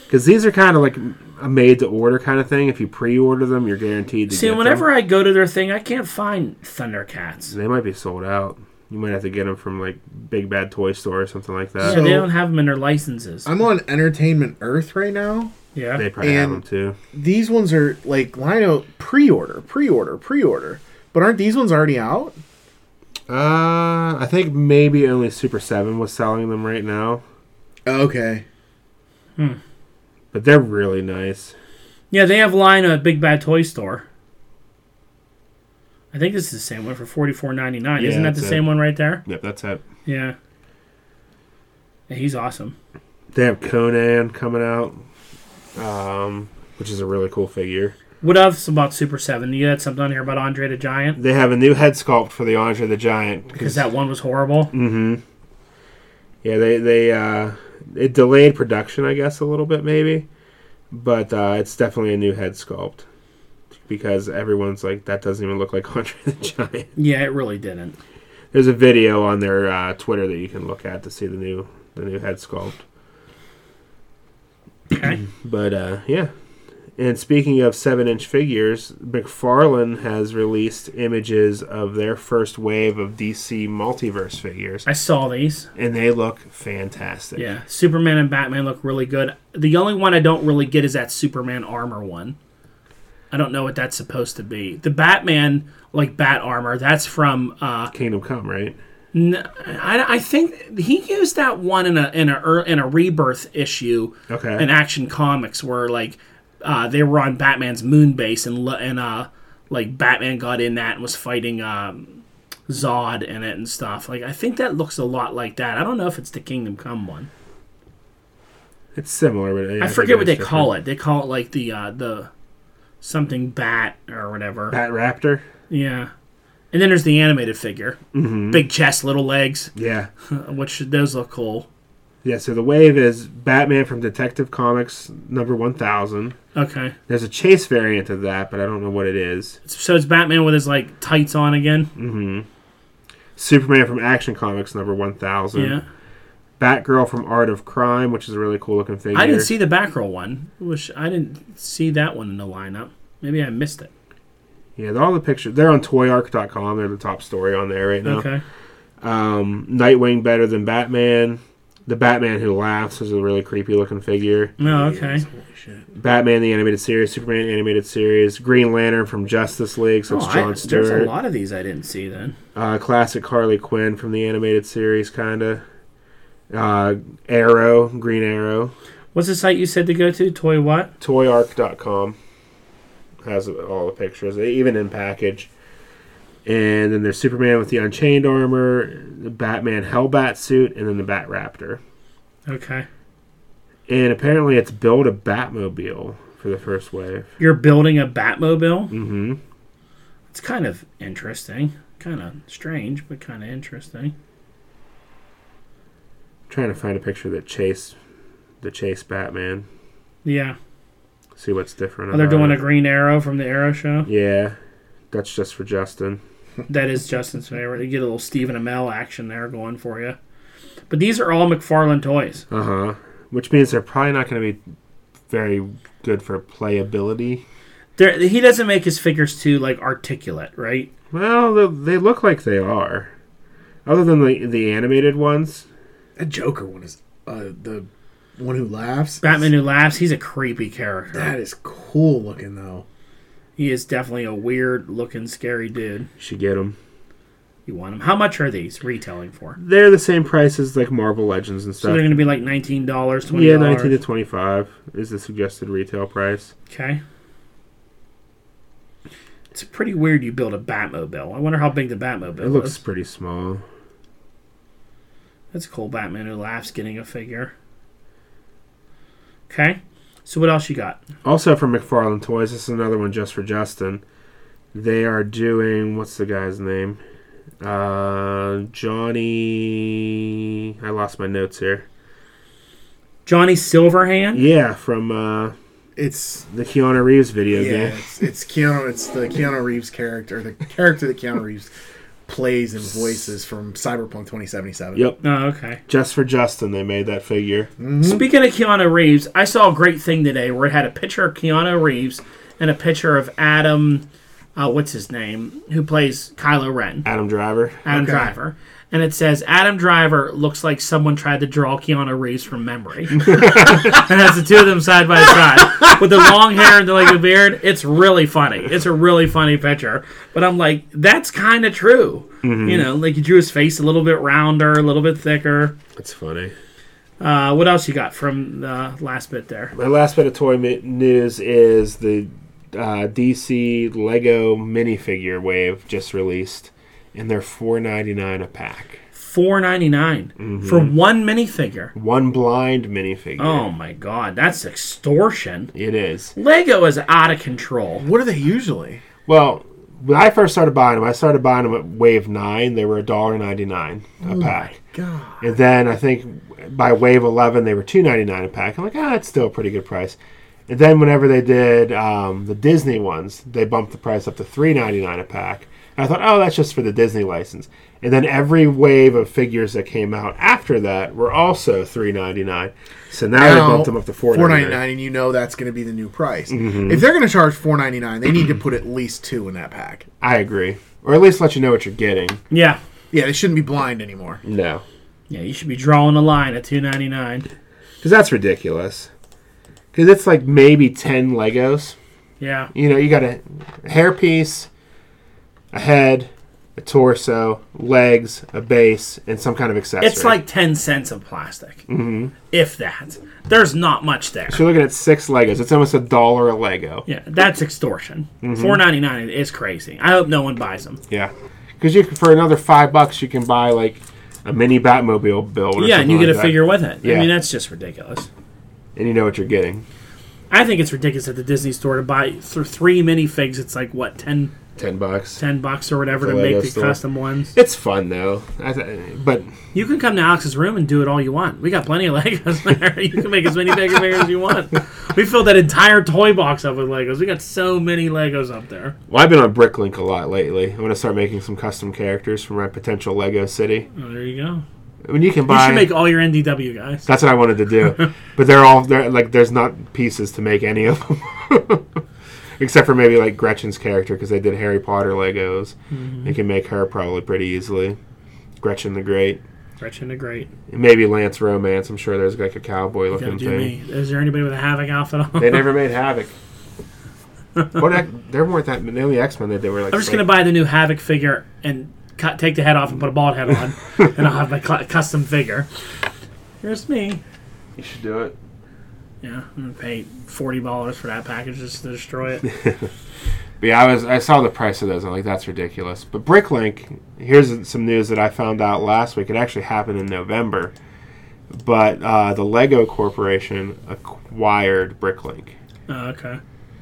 [SPEAKER 2] because these are kind of like a made to order kind of thing. If you pre order them, you're guaranteed to
[SPEAKER 1] See,
[SPEAKER 2] get them.
[SPEAKER 1] whenever I go to their thing, I can't find Thundercats.
[SPEAKER 2] they might be sold out. You might have to get them from like Big Bad Toy Store or something like that.
[SPEAKER 1] yeah, they
[SPEAKER 3] So-
[SPEAKER 1] don't have them in their licenses.
[SPEAKER 3] I'm on Entertainment Earth right now.
[SPEAKER 1] yeah,
[SPEAKER 2] They probably have them
[SPEAKER 3] And-
[SPEAKER 2] too.
[SPEAKER 3] These ones are like Lino pre-order, pre-order, pre-order. But aren't these ones already out?
[SPEAKER 2] Uh, I think maybe only Super Seven was selling them right now,
[SPEAKER 3] Okay.
[SPEAKER 2] but they're really nice.
[SPEAKER 1] yeah, they have Lino at Big Bad Toy Store. I think this is the same one for forty four ninety nine.
[SPEAKER 2] Yeah,
[SPEAKER 1] Isn't that the
[SPEAKER 2] that's it.
[SPEAKER 1] same one right there?
[SPEAKER 2] Yep, that's it.
[SPEAKER 1] Yeah. Yeah, he's awesome.
[SPEAKER 2] They have Conan coming out, um, which is a really cool figure.
[SPEAKER 1] What else about Super Seven? You had something on here about Andre the Giant
[SPEAKER 2] They have a new head sculpt for the Andre the Giant
[SPEAKER 1] because that one was horrible.
[SPEAKER 2] Mm-hmm. Yeah, they they uh, it delayed production, I guess, a little bit maybe, but uh, it's definitely a new head sculpt because everyone's like that doesn't even look like [laughs] Andre the Giant.
[SPEAKER 1] Yeah, it really didn't.
[SPEAKER 2] There's a video on their uh, Twitter that you can look at to see the new the new head sculpt.
[SPEAKER 1] Okay.
[SPEAKER 2] [clears throat] But uh, yeah, and speaking of seven inch figures, McFarlane has released images of their first wave of DC multiverse figures,
[SPEAKER 1] I saw these.
[SPEAKER 2] and they look fantastic.
[SPEAKER 1] Yeah, Superman and Batman look really good. The only one I don't really get is that Superman armor one. I don't know what that's supposed to be. The Batman like bat armor, that's from uh
[SPEAKER 2] Kingdom Come, right?
[SPEAKER 1] No, I, I think he used that one in a in a ear- in a rebirth issue
[SPEAKER 2] Okay.
[SPEAKER 1] in Action Comics where like uh, they were on Batman's moon base and lo- and uh like Batman got in that and was fighting um, Zod in it and stuff. Like I think that looks a lot like that. I don't know if it's the Kingdom Come one.
[SPEAKER 2] It's similar, but yeah,
[SPEAKER 1] I forget what they call it. They call it like the uh, the something bat or whatever.
[SPEAKER 2] Bat Raptor.
[SPEAKER 1] Yeah. And then there's the animated figure, mm-hmm. big chest, little legs, uh,
[SPEAKER 2] Yeah,
[SPEAKER 1] which those look cool.
[SPEAKER 2] yeah. So the wave is Batman from Detective Comics number one thousand.
[SPEAKER 1] Okay.
[SPEAKER 2] There's a chase variant of that, but I don't know what it is.
[SPEAKER 1] So it's Batman with his like tights on again.
[SPEAKER 2] Superman from Action Comics number one thousand.
[SPEAKER 1] Yeah.
[SPEAKER 2] Batgirl from Art of Crime, which is a really cool looking figure.
[SPEAKER 1] I didn't see the Batgirl one. Wish I didn't see that one in the lineup. Maybe I missed it.
[SPEAKER 2] Yeah, all the pictures. They're on ToyArc.com. They're the top story on there right now.
[SPEAKER 1] Okay.
[SPEAKER 2] Um, Nightwing better than Batman. The Batman Who Laughs is a really creepy looking figure.
[SPEAKER 1] No. Okay.
[SPEAKER 3] Holy shit.
[SPEAKER 2] Batman the animated series, Superman animated series, Green Lantern from Justice League, so
[SPEAKER 1] Oh,
[SPEAKER 2] it's
[SPEAKER 1] I-
[SPEAKER 2] John
[SPEAKER 1] there's a
[SPEAKER 2] Stewart.
[SPEAKER 1] lot of these I didn't see then.
[SPEAKER 2] Uh, classic Harley Quinn from the animated series, kind of. Uh, Arrow, Green Arrow.
[SPEAKER 1] What's the site you said to go to? Toy what?
[SPEAKER 2] toyarc.com has all the pictures, e, even in package. And then there's Superman with the Unchained armor, the Batman Hellbat suit, and then the Bat Raptor.
[SPEAKER 1] Okay.
[SPEAKER 2] And apparently, it's build a Batmobile for the first wave.
[SPEAKER 1] You're building a Batmobile.
[SPEAKER 2] Mm-hmm.
[SPEAKER 1] It's kind of interesting. Kind of strange, but kind of interesting.
[SPEAKER 2] Trying to find a picture that chase the chase Batman.
[SPEAKER 1] Yeah.
[SPEAKER 2] See what's different.
[SPEAKER 1] Oh, they're
[SPEAKER 2] about
[SPEAKER 1] doing a
[SPEAKER 2] it.
[SPEAKER 1] Green Arrow from the Arrow show.
[SPEAKER 2] yeah. That's just for Justin.
[SPEAKER 1] That is Justin's favorite. You get a little Stephen Amell action there going for you. But these are all McFarlane toys.
[SPEAKER 2] Uh huh. Which means they're probably not going to be very good for playability.
[SPEAKER 1] There, he doesn't make his figures too like articulate, right?
[SPEAKER 2] Well, they, they look like they are. Other than the the animated ones,
[SPEAKER 3] That Joker one is uh, the one who laughs.
[SPEAKER 1] Batman who laughs. He's a creepy character.
[SPEAKER 3] That is cool looking though.
[SPEAKER 1] He is definitely a weird looking, scary dude.
[SPEAKER 2] you should get them.
[SPEAKER 1] You want him? How much are these retailing for?
[SPEAKER 2] They're the same price as like Marvel Legends and
[SPEAKER 1] So they're
[SPEAKER 2] stuff.
[SPEAKER 1] going to be like nineteen dollars, twenty
[SPEAKER 2] yeah, nineteen to
[SPEAKER 1] dollars.
[SPEAKER 2] twenty five is the suggested retail price.
[SPEAKER 1] okay. It's pretty weird. You build a Batmobile. I wonder how big the Batmobile
[SPEAKER 2] It looks
[SPEAKER 1] is.
[SPEAKER 2] pretty small.
[SPEAKER 1] That's cool. Batman who laughs getting a figure. Okay. So what else you got?
[SPEAKER 2] Also from McFarlane Toys, this is another one just for Justin. They are doing what's the guy's name? Uh, Johnny. I lost my notes here.
[SPEAKER 1] Johnny Silverhand.
[SPEAKER 2] Yeah, from uh,
[SPEAKER 3] It's
[SPEAKER 2] the Keanu Reeves video
[SPEAKER 3] yeah,
[SPEAKER 2] game.
[SPEAKER 3] it's, it's Keanu. It's the Keanu Reeves character, the character that Keanu Reeves plays and voices from Cyberpunk 2077.
[SPEAKER 2] Yep,
[SPEAKER 1] Oh, okay.
[SPEAKER 2] just for Justin, they made that figure.
[SPEAKER 1] Speaking of Keanu Reeves, I saw a great thing today where it had a picture of Keanu Reeves and a picture of Adam, uh, what's his name, who plays Kylo Ren,
[SPEAKER 2] Adam Driver.
[SPEAKER 1] Adam
[SPEAKER 3] Okay.
[SPEAKER 1] Driver. And it says, Adam Driver looks like someone tried to draw Keanu Reeves from memory. [laughs] and has the two of them side by side. With the long hair and the, like, the beard, it's really funny. It's a really funny picture. But I'm like, that's kind of true. You know, like you drew his face a little bit rounder, a little bit thicker.
[SPEAKER 2] That's funny.
[SPEAKER 1] Uh, what else you got from the last bit there?
[SPEAKER 2] My last bit of toy mi- news is the uh, DC Lego minifigure wave just released, and they're four ninety nine a pack.
[SPEAKER 1] Four ninety for one minifigure.
[SPEAKER 2] One blind minifigure.
[SPEAKER 1] Oh my god, that's extortion!
[SPEAKER 2] It is.
[SPEAKER 1] Lego is out of control.
[SPEAKER 3] What are they usually?
[SPEAKER 2] Well, when I first started buying them, I started buying them at wave nine. They were a dollar ninety nine a pack.
[SPEAKER 3] God.
[SPEAKER 2] And then I think by wave eleven they were two ninety nine a pack. I'm like, ah, it's still a pretty good price. And then whenever they did um, the Disney ones, they bumped the price up to three ninety nine a pack. And I thought, oh, that's just for the Disney license. And then every wave of figures that came out after that were also three ninety nine. So now, they bumped them up to four Mm-hmm. ninety nine.
[SPEAKER 3] and you know that's going to be the new price. If they're going to charge 4.99, they need to put at least two in that pack.
[SPEAKER 2] I agree, or at least let you know what you're getting.
[SPEAKER 1] Yeah,
[SPEAKER 3] Yeah, they shouldn't be blind anymore.
[SPEAKER 2] No,
[SPEAKER 1] yeah, you should be drawing a line at two ninety nine.
[SPEAKER 2] because that's ridiculous. Because it's like maybe ten Legos.
[SPEAKER 1] Yeah,
[SPEAKER 2] you know, you got a hairpiece, a head, a torso, legs, a base, and some kind of accessory.
[SPEAKER 1] It's like 10 cents of plastic, if that. There's not much there.
[SPEAKER 2] Mm-hmm. so you're looking at six Legos. It's almost a dollar a Lego.
[SPEAKER 1] Yeah, that's extortion.
[SPEAKER 2] Mm-hmm.
[SPEAKER 1] Four ninety nine is crazy. I hope no one buys them.
[SPEAKER 2] Yeah, because you can, for another five bucks you can buy like a mini Batmobile build. Or
[SPEAKER 1] Yeah, and you
[SPEAKER 2] something
[SPEAKER 1] get a
[SPEAKER 2] like that.
[SPEAKER 1] figure with it. I
[SPEAKER 2] Yeah.
[SPEAKER 1] mean, that's just ridiculous.
[SPEAKER 2] and you know what you're getting.
[SPEAKER 1] I think it's ridiculous at the Disney store to buy th- three minifigs. It's like what 10,
[SPEAKER 2] Ten bucks.
[SPEAKER 1] 10 bucks or whatever
[SPEAKER 2] The
[SPEAKER 1] to make
[SPEAKER 2] Lego
[SPEAKER 1] the
[SPEAKER 2] store.
[SPEAKER 1] custom ones.
[SPEAKER 2] It's fun though, I th- but
[SPEAKER 1] You can come to Alex's room and do it all you want. We got plenty of Legos [laughs] there. You can make as many bigger figures as you want. We filled that entire toy box up with Legos. We got so many Legos up there.
[SPEAKER 2] well, I've been on Bricklink a lot lately. I'm gonna start making some custom characters for my potential Lego city.
[SPEAKER 1] Oh, there you go.
[SPEAKER 2] I mean, you can
[SPEAKER 1] You
[SPEAKER 2] buy.
[SPEAKER 1] should make all your NDW guys.
[SPEAKER 2] that's what I wanted
[SPEAKER 1] [laughs]
[SPEAKER 2] to do, but they're all they're, like there's not pieces to make any of them, [laughs] except for maybe like Gretchen's character because they did Harry Potter Legos.
[SPEAKER 1] Mm-hmm.
[SPEAKER 2] You can make her probably pretty easily. Gretchen the Great.
[SPEAKER 1] Gretchen the Great.
[SPEAKER 2] And maybe Lance Romance. I'm sure there's like a cowboy
[SPEAKER 1] You gotta
[SPEAKER 2] looking
[SPEAKER 1] do
[SPEAKER 2] thing.
[SPEAKER 1] me. Is there anybody with a Havoc outfit on?
[SPEAKER 2] They never made Havoc. What ac- there weren't that many. The only X Men that they were
[SPEAKER 1] [laughs]
[SPEAKER 2] like.
[SPEAKER 1] I'm just gonna buy the new Havoc figure and cut, take the head off and put a bald head
[SPEAKER 2] [laughs]
[SPEAKER 1] on, and I'll have my cl- custom figure. Here's me.
[SPEAKER 2] You should do it.
[SPEAKER 1] Yeah, I'm gonna pay forty dollars for that package just to destroy
[SPEAKER 2] [laughs]
[SPEAKER 1] it.
[SPEAKER 2] But yeah, I was I saw the price of those. I'm like, that's ridiculous. But Bricklink, here's some news that I found out last week. It actually happened in November, but uh, the Lego Corporation acquired Bricklink,
[SPEAKER 1] Oh, okay.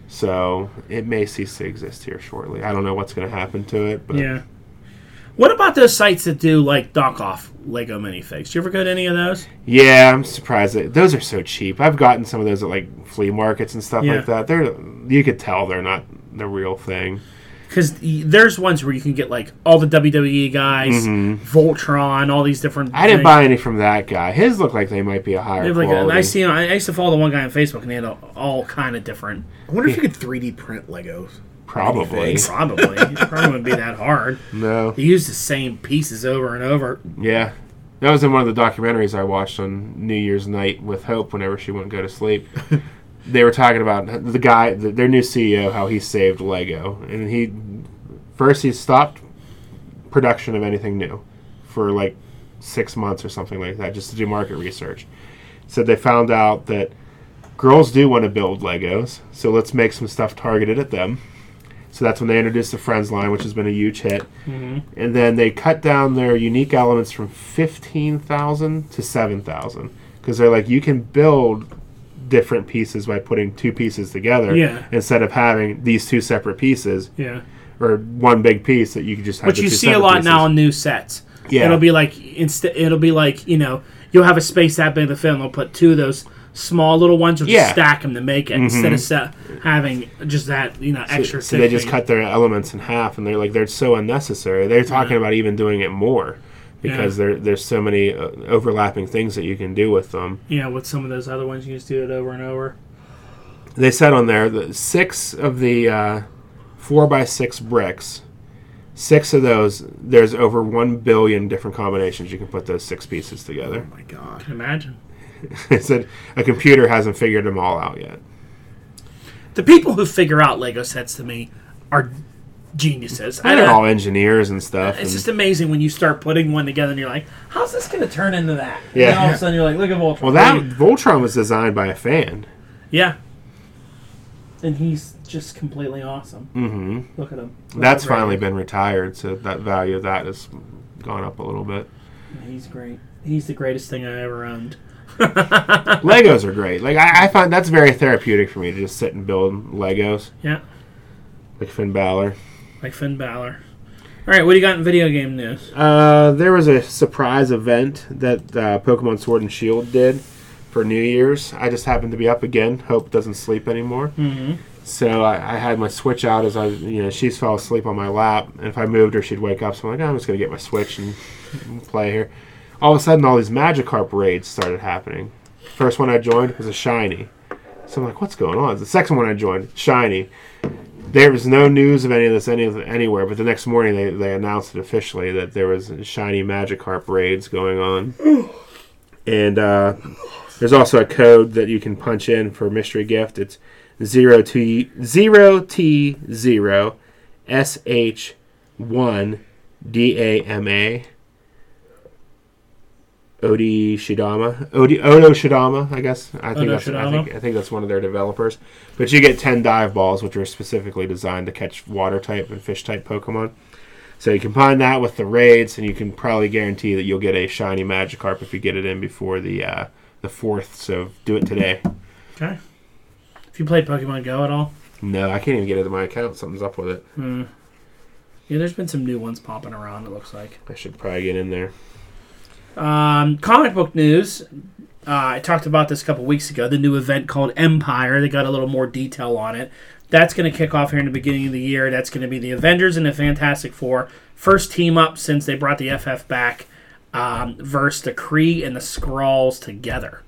[SPEAKER 2] so it may cease to exist here shortly. I don't know what's going to happen to it, but
[SPEAKER 1] Yeah. What about those sites that do like knockoff Lego minifigs? Do you ever go to any of those?
[SPEAKER 2] Yeah, I'm surprised that those are so cheap. I've gotten some of those at like flea markets and stuff
[SPEAKER 1] Yeah.
[SPEAKER 2] like that. They're you could tell they're not the real thing.
[SPEAKER 1] Because there's ones where you can get like all the WWE guys, Voltron, all these different.
[SPEAKER 2] Mm-hmm. I didn't
[SPEAKER 1] things.
[SPEAKER 2] buy any from that guy. His look like they might be a higher
[SPEAKER 1] They have, like,
[SPEAKER 2] quality.
[SPEAKER 1] I see. I I used to follow the one guy on Facebook, and they had all, all kind of different.
[SPEAKER 3] I wonder if you could 3D print Legos.
[SPEAKER 2] Probably
[SPEAKER 3] things.
[SPEAKER 1] Probably, it probably wouldn't be that hard.
[SPEAKER 2] no.
[SPEAKER 1] They use the same pieces over and over.
[SPEAKER 2] Yeah, that was in one of the documentaries I watched on New Year's night with Hope. Whenever she wouldn't go to sleep, they were talking about the guy, the, their new CEO, how he saved Lego, and he first he stopped production of anything new for like six months or something like that, just to do market research. So they found out that girls do want to build Legos, so let's make some stuff targeted at them. So that's when they introduced the Friends line, which has been a huge hit. And then they cut down their unique elements from 15,000 to 7,000. Because they're like, you can build different pieces by putting two pieces together
[SPEAKER 1] Yeah.
[SPEAKER 2] instead of having these two separate pieces
[SPEAKER 1] Yeah,
[SPEAKER 2] or one big piece that you could just have.
[SPEAKER 1] which
[SPEAKER 2] the
[SPEAKER 1] you
[SPEAKER 2] two
[SPEAKER 1] see a
[SPEAKER 2] separate
[SPEAKER 1] lot
[SPEAKER 2] pieces.
[SPEAKER 1] now on new sets.
[SPEAKER 2] Yeah.
[SPEAKER 1] it'll be like instead. It'll be like you know you'll have a space that big in the film. They'll put two of those small little ones or just
[SPEAKER 2] Yeah. Mm-hmm.
[SPEAKER 1] stack them to make it instead of set, having just that you know extra.
[SPEAKER 2] So they
[SPEAKER 1] thick
[SPEAKER 2] just
[SPEAKER 1] thing.
[SPEAKER 2] cut their elements in half, and they're like they're so unnecessary. They're talking about even doing it more because there there's so many uh, overlapping things that you can do with them.
[SPEAKER 1] Yeah, with some of those other ones, you just do it over and over.
[SPEAKER 2] They said on there that six of the uh, four by six bricks, six of those there's over one billion different combinations you can put those six pieces together. [laughs]
[SPEAKER 3] Oh my god.
[SPEAKER 1] Imagine
[SPEAKER 2] they said a computer hasn't figured them all out yet.
[SPEAKER 1] the people who figure out Lego sets to me are geniuses. I
[SPEAKER 2] They're
[SPEAKER 1] don't
[SPEAKER 2] all engineers and stuff.
[SPEAKER 1] It's
[SPEAKER 2] and-
[SPEAKER 1] just amazing when you start putting one together and you're like, how's this going to turn into that? And
[SPEAKER 2] Yeah.
[SPEAKER 1] then all of a sudden you're like, look at Voltron.
[SPEAKER 2] well, that Voltron was designed by a fan.
[SPEAKER 1] Yeah. And he's just completely awesome.
[SPEAKER 2] hmm
[SPEAKER 1] Look at him. Look
[SPEAKER 2] That's
[SPEAKER 1] at Ray.
[SPEAKER 2] finally been retired, so that value of that has gone up a little bit. [laughs]
[SPEAKER 1] He's great. He's the greatest thing I ever owned.
[SPEAKER 2] Legos are great. Like I, I find that's very therapeutic for me to just sit and build Legos,
[SPEAKER 1] Yeah.
[SPEAKER 2] like Finn Balor.
[SPEAKER 1] Like Finn Balor. All right, what do you got in video game news?
[SPEAKER 2] Uh, there was a surprise event that uh, Pokemon Sword and Shield did for New Year's. I just happened to be up again. Hope doesn't sleep anymore.
[SPEAKER 1] Mm-hmm.
[SPEAKER 2] So I, I had my Switch out as I, you know, she fell asleep on my lap, and if I moved her, she'd wake up. So I'm like, "Oh, I'm just gonna get my Switch and play here. All of a sudden, all these Magikarp raids started happening. First one I joined was a shiny. So I'm like, what's going on? The second one I joined, shiny. There was no news of any of this any of anywhere, but the next morning they, they announced it officially that there was shiny Magikarp raids going on. And uh, there's also a code that you can punch in for mystery gift. It's zero t zero t zero sh one D A M A. Odi Shidama, Odi Odo Shidama, I guess. I think
[SPEAKER 1] Odo
[SPEAKER 2] that's I think,
[SPEAKER 1] Shidama.
[SPEAKER 2] I think that's one of their developers. But you get ten dive balls, which are specifically designed to catch water type and fish type Pokemon. So you combine that with the raids, and you can probably guarantee that you'll get a shiny Magikarp if you get it in before the uh, the fourth. So do it today.
[SPEAKER 1] Okay. If you played Pokemon Go at all,
[SPEAKER 2] No, I can't even get it to my account. Something's up with it.
[SPEAKER 1] hmm. yeah, there's been some new ones popping around. It looks like.
[SPEAKER 2] I should probably get in there.
[SPEAKER 1] Um, comic book news. Uh, I talked about this a couple weeks ago. The new event called Empire. They got a little more detail on it. That's going to kick off here in the beginning of the year. That's going to be the Avengers and the Fantastic Four. First team up since they brought the FF back um, versus the Kree and the Skrulls together.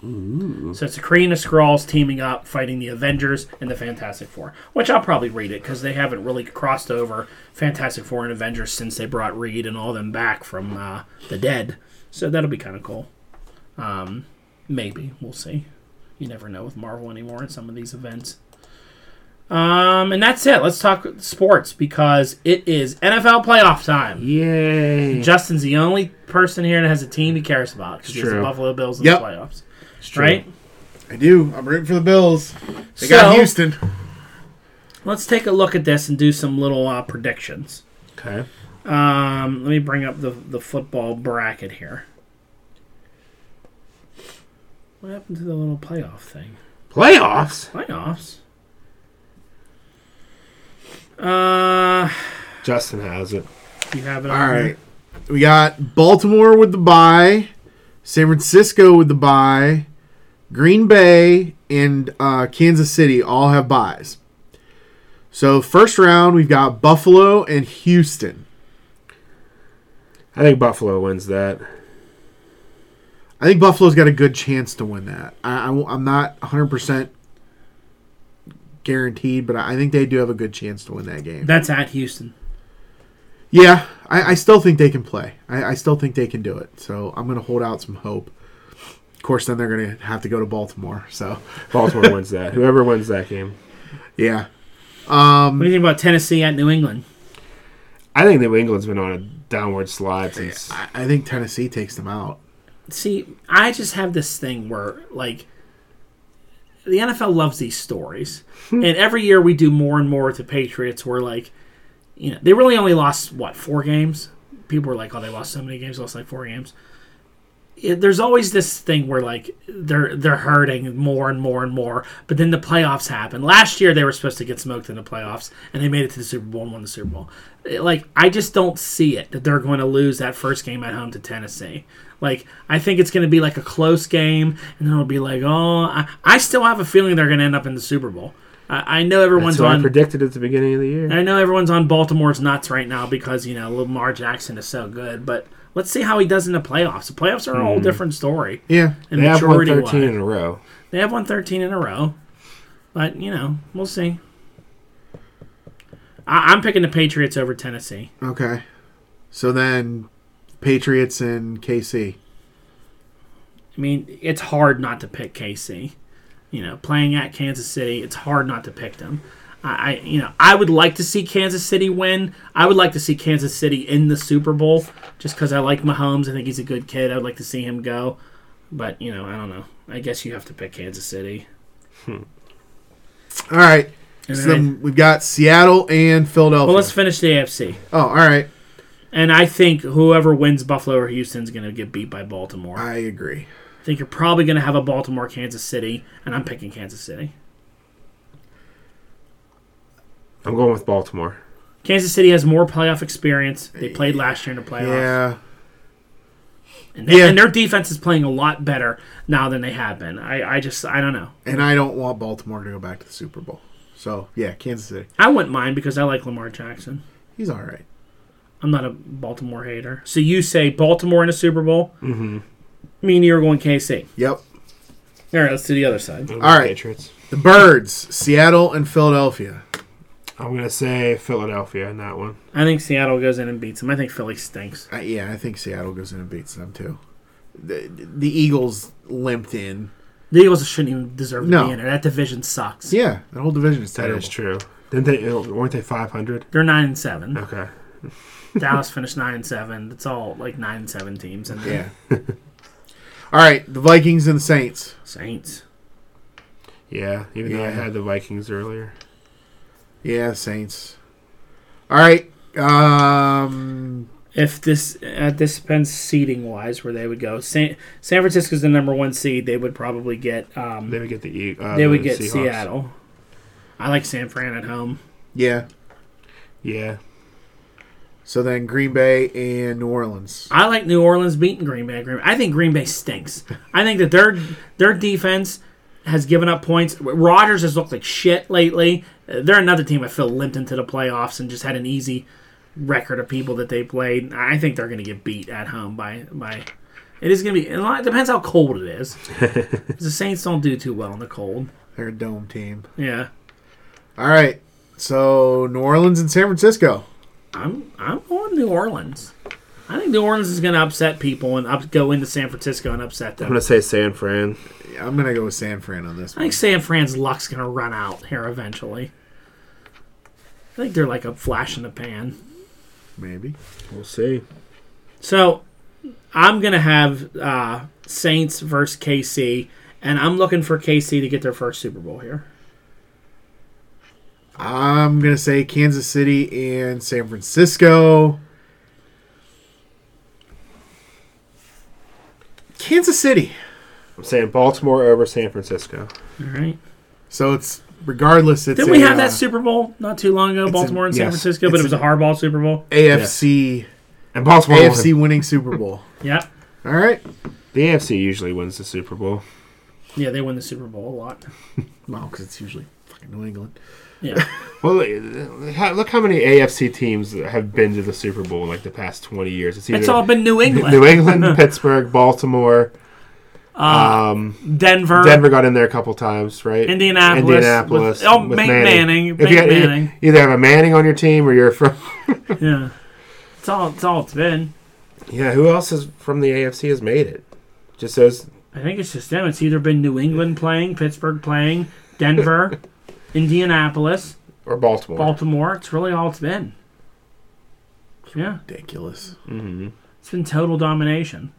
[SPEAKER 1] So it's the Kree and the Skrulls teaming up, fighting the Avengers and the Fantastic Four, which I'll probably read it because they haven't really crossed over Fantastic Four and Avengers since they brought Reed and all them back from uh, the dead. So that'll be kind of cool. Um, maybe we'll see. You never know with Marvel anymore in some of these events. Um, and that's it. Let's talk sports because it is NFL playoff time.
[SPEAKER 2] Yay!
[SPEAKER 1] Justin's the only person here that has a team he cares about because
[SPEAKER 2] It's
[SPEAKER 1] he has the
[SPEAKER 2] true.
[SPEAKER 1] Buffalo Bills in
[SPEAKER 3] Yep.
[SPEAKER 1] the playoffs, right?
[SPEAKER 3] I do. I'm rooting for the Bills. They
[SPEAKER 1] So-
[SPEAKER 3] got Houston.
[SPEAKER 1] Let's take a look at this and do some little uh, predictions.
[SPEAKER 2] Okay.
[SPEAKER 1] Um, let me bring up the, the football bracket here. What happened to the little playoff thing?
[SPEAKER 2] Playoffs.
[SPEAKER 1] Playoffs? Uh,
[SPEAKER 2] Justin has it.
[SPEAKER 1] you have it
[SPEAKER 3] All
[SPEAKER 1] on here?
[SPEAKER 3] right. We got Baltimore with the bye, San Francisco with the bye, Green Bay and uh, Kansas City all have buys. So first round we've got Buffalo and Houston.
[SPEAKER 2] I think Buffalo wins that.
[SPEAKER 3] I think Buffalo's got a good chance to win that. I, I, am not 100% guaranteed, but I think they do have a good chance to win that game.
[SPEAKER 1] That's at Houston.
[SPEAKER 3] Yeah, I, I still think they can play. I, I still think they can do it. So I'm going to hold out some hope. Of course, then they're going to have to go to Baltimore. So
[SPEAKER 2] Baltimore wins that. Whoever wins that game,
[SPEAKER 3] yeah,
[SPEAKER 1] What do you think about Tennessee at New England?
[SPEAKER 2] I think New England's been on a downward slide since.
[SPEAKER 3] I, I think Tennessee takes them out.
[SPEAKER 1] See, I just have this thing where, like, the NFL loves these stories. and every year we do more and more with the Patriots where, like, you know, they really only lost, what, four games? People were like, oh, they lost so many games, lost like four games. It, there's always this thing where, like, they're they're hurting more and more and more, but then the playoffs happen. Last year they were supposed to get smoked in the playoffs, and they made it to the Super Bowl and won the Super Bowl. It- like, I just don't see it that they're going to lose that first game at home to Tennessee. Like, I think it's going to be like a close game, and then it'll be like, oh, I, I still have a feeling they're going to end up in the Super Bowl. I, I know everyone's
[SPEAKER 2] That's what I
[SPEAKER 1] on.
[SPEAKER 2] predicted at the beginning of the year.
[SPEAKER 1] I know everyone's on Baltimore's nuts right now because you know Lamar Jackson is so good, but let's see how he does in the playoffs. The playoffs are a whole different story.
[SPEAKER 3] Yeah,
[SPEAKER 1] And
[SPEAKER 2] Hmm. They have won
[SPEAKER 1] maturity
[SPEAKER 2] 13
[SPEAKER 1] wise,
[SPEAKER 2] in a row.
[SPEAKER 1] they have won thirteen in a row, but you know we'll see. I- I'm picking the Patriots over Tennessee.
[SPEAKER 3] okay. So then Patriots and KC.
[SPEAKER 1] I mean, it's hard not to pick KC. You know, playing at Kansas City, it's hard not to pick them. I, I you know, I would like to see Kansas City win. I would like to see Kansas City in the Super Bowl just because I like Mahomes. I think he's a good kid. I would like to see him go. But, you know, I don't know. I guess you have to pick Kansas City.
[SPEAKER 3] All right.
[SPEAKER 1] And
[SPEAKER 3] So
[SPEAKER 1] then I-
[SPEAKER 3] then we've got Seattle and Philadelphia.
[SPEAKER 1] well, let's finish the AFC.
[SPEAKER 3] oh, all right.
[SPEAKER 1] And I think whoever wins Buffalo or Houston's going to get beat by Baltimore. I
[SPEAKER 3] I agree.
[SPEAKER 1] think you're probably going to have a Baltimore Kansas City, and I'm picking Kansas City.
[SPEAKER 2] I'm going with Baltimore.
[SPEAKER 1] Kansas City has more playoff experience. They played last year in the playoffs.
[SPEAKER 3] Yeah.
[SPEAKER 1] And, they-
[SPEAKER 3] Yeah.
[SPEAKER 1] and their defense is playing a lot better now than they have been. I, I just, I don't know.
[SPEAKER 3] And I don't want Baltimore to go back to the Super Bowl. So yeah, Kansas City.
[SPEAKER 1] I wouldn't mind because I like Lamar Jackson.
[SPEAKER 3] He's all right.
[SPEAKER 1] I'm not a Baltimore hater. So you say Baltimore in a Super Bowl? Mm-hmm. Me and you are going KC.
[SPEAKER 3] Yep.
[SPEAKER 1] All right, let's do the other side.
[SPEAKER 2] All
[SPEAKER 3] right.
[SPEAKER 2] Patriots.
[SPEAKER 3] The Birds, Seattle and Philadelphia.
[SPEAKER 2] I'm going to say Philadelphia in that one.
[SPEAKER 1] I think Seattle goes in and beats them. I think Philly stinks.
[SPEAKER 3] I, yeah, I think Seattle goes in and beats them too. The, the Eagles limped in.
[SPEAKER 1] The Eagles shouldn't even deserve to
[SPEAKER 3] No.
[SPEAKER 1] be in there. That division sucks.
[SPEAKER 3] Yeah, that whole division is
[SPEAKER 2] That
[SPEAKER 3] terrible.
[SPEAKER 2] is true. Didn't they? oh, Weren't they 500?
[SPEAKER 1] They're nine and seven.
[SPEAKER 2] Okay.
[SPEAKER 1] Dallas finished nine and seven. It's all like nine and seven teams and
[SPEAKER 3] Yeah. All right, the Vikings and the Saints.
[SPEAKER 1] Saints.
[SPEAKER 2] Yeah, even though I
[SPEAKER 3] Yeah.
[SPEAKER 2] had the Vikings earlier.
[SPEAKER 3] Yeah, Saints. All right. Um,
[SPEAKER 1] If this uh, this depends seeding wise where they would go. San, San Francisco's the number one seed. They would probably get um,
[SPEAKER 2] They would get the E- uh,
[SPEAKER 1] they would
[SPEAKER 2] the
[SPEAKER 1] get
[SPEAKER 2] Seahawks.
[SPEAKER 1] Seattle. I like San Fran at home.
[SPEAKER 3] yeah.
[SPEAKER 2] Yeah,
[SPEAKER 3] So then Green Bay and New Orleans.
[SPEAKER 1] I like New Orleans beating Green Bay. Green I think Green Bay stinks. I think that their their defense has given up points. Rodgers has looked like shit lately. Uh, They're another team I feel limped into the playoffs and just had an easy record of people that they played. I think they're going to get beat at home by by. It is going to be. and a lot- It depends how cold it is. 'Cause the Saints don't do too well in the cold.
[SPEAKER 3] They're a dome team.
[SPEAKER 1] Yeah,
[SPEAKER 3] All right. So New Orleans and San Francisco.
[SPEAKER 1] I'm I'm going New Orleans. I think New Orleans is going to upset people and up, go into San Francisco and upset them.
[SPEAKER 2] I'm gonna say San Fran.
[SPEAKER 3] I'm gonna go with San Fran on
[SPEAKER 1] I
[SPEAKER 3] this one.
[SPEAKER 1] think San Fran's luck's gonna run out here eventually. I think they're like a flash in the pan.
[SPEAKER 3] Maybe.
[SPEAKER 2] We'll see.
[SPEAKER 1] So I'm gonna have uh, Saints versus KC, and I'm looking for KC to get their first Super Bowl here.
[SPEAKER 3] I'm gonna say Kansas City and San Francisco. Kansas City.
[SPEAKER 2] I'm saying Baltimore over San Francisco.
[SPEAKER 1] All right.
[SPEAKER 3] So it's regardless. It's
[SPEAKER 1] Didn't we
[SPEAKER 3] a,
[SPEAKER 1] have
[SPEAKER 3] uh,
[SPEAKER 1] that Super Bowl not too long ago?
[SPEAKER 3] it's
[SPEAKER 1] Baltimore
[SPEAKER 3] in-
[SPEAKER 1] and San
[SPEAKER 2] yes,
[SPEAKER 1] Francisco, but
[SPEAKER 3] it's
[SPEAKER 1] it was a
[SPEAKER 3] in-
[SPEAKER 1] hardball Super Bowl.
[SPEAKER 3] AFC
[SPEAKER 2] And Baltimore.
[SPEAKER 3] AFC winning Super Bowl. [laughs]
[SPEAKER 1] Yeah.
[SPEAKER 3] All right.
[SPEAKER 2] The AFC usually wins the Super Bowl.
[SPEAKER 1] Yeah, they win the Super Bowl a lot.
[SPEAKER 3] Well, because it's usually fucking New England.
[SPEAKER 1] Yeah.
[SPEAKER 2] Well, uh, how- look how many AFC teams have been to the Super Bowl in like the past 20 years. It's either
[SPEAKER 1] it's all been New England.
[SPEAKER 2] [laughs]
[SPEAKER 1] [laughs]
[SPEAKER 2] New England, Pittsburgh, Baltimore.
[SPEAKER 1] Uh,
[SPEAKER 2] Um,
[SPEAKER 1] Denver.
[SPEAKER 2] Denver got in there a couple times, right?
[SPEAKER 1] Indianapolis
[SPEAKER 2] Indianapolis.
[SPEAKER 1] with- oh, Ma- Manning,
[SPEAKER 2] If
[SPEAKER 1] Peyton
[SPEAKER 2] you had- you
[SPEAKER 1] Manning.
[SPEAKER 2] Either have a Manning on your team or you're from. [laughs]
[SPEAKER 1] Yeah. It's all it's all it's been.
[SPEAKER 2] Yeah, who else is from the AFC has made it? Just those.
[SPEAKER 1] I think it's just them. It's either been New England playing, Pittsburgh playing,
[SPEAKER 3] [laughs]
[SPEAKER 1] Denver, Indianapolis,
[SPEAKER 2] Or Baltimore.
[SPEAKER 1] Baltimore. It's really all it's been. Yeah,
[SPEAKER 3] Ridiculous.
[SPEAKER 2] hmm
[SPEAKER 1] it's been total domination.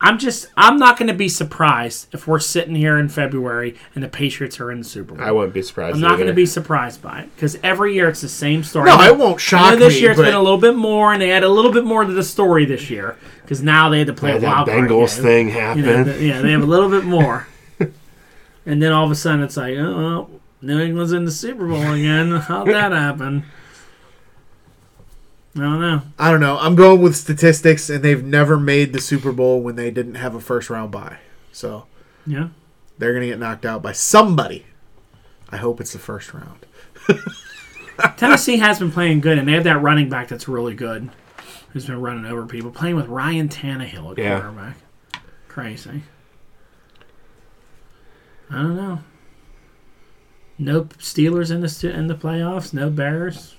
[SPEAKER 1] I'm just, I'm not going to be surprised if we're sitting here in February and the Patriots are in the Super Bowl.
[SPEAKER 2] I wouldn't be surprised.
[SPEAKER 1] I'm not going to
[SPEAKER 2] either.
[SPEAKER 1] be surprised by it because every year it's the same story.
[SPEAKER 3] No,
[SPEAKER 1] I
[SPEAKER 3] it won't
[SPEAKER 1] I
[SPEAKER 3] shock
[SPEAKER 1] know this
[SPEAKER 3] me.
[SPEAKER 1] year it's
[SPEAKER 3] but
[SPEAKER 1] been a little bit more, and they had a little bit more to the story this year because now they had to play
[SPEAKER 2] Yeah,
[SPEAKER 1] a wild
[SPEAKER 2] that
[SPEAKER 1] card
[SPEAKER 2] Bengals
[SPEAKER 1] game.
[SPEAKER 2] thing
[SPEAKER 1] You
[SPEAKER 2] happened.
[SPEAKER 1] know, th- yeah, they have a little bit more. [laughs] and then all of a sudden it's like, oh, well, New England's in the Super Bowl again. How'd that happen? I don't know.
[SPEAKER 3] I don't know. I'm going with statistics, and they've never made the Super Bowl when they didn't have a first round bye. So
[SPEAKER 1] Yeah.
[SPEAKER 3] they're gonna get knocked out by somebody. I hope it's the first round.
[SPEAKER 1] Tennessee has been playing good, and they have that running back that's really good who's been running over people, playing with Ryan Tannehill at
[SPEAKER 2] Yeah.
[SPEAKER 1] quarterback. Crazy. I don't know. No Steelers in the stu- in the playoffs. No Bears.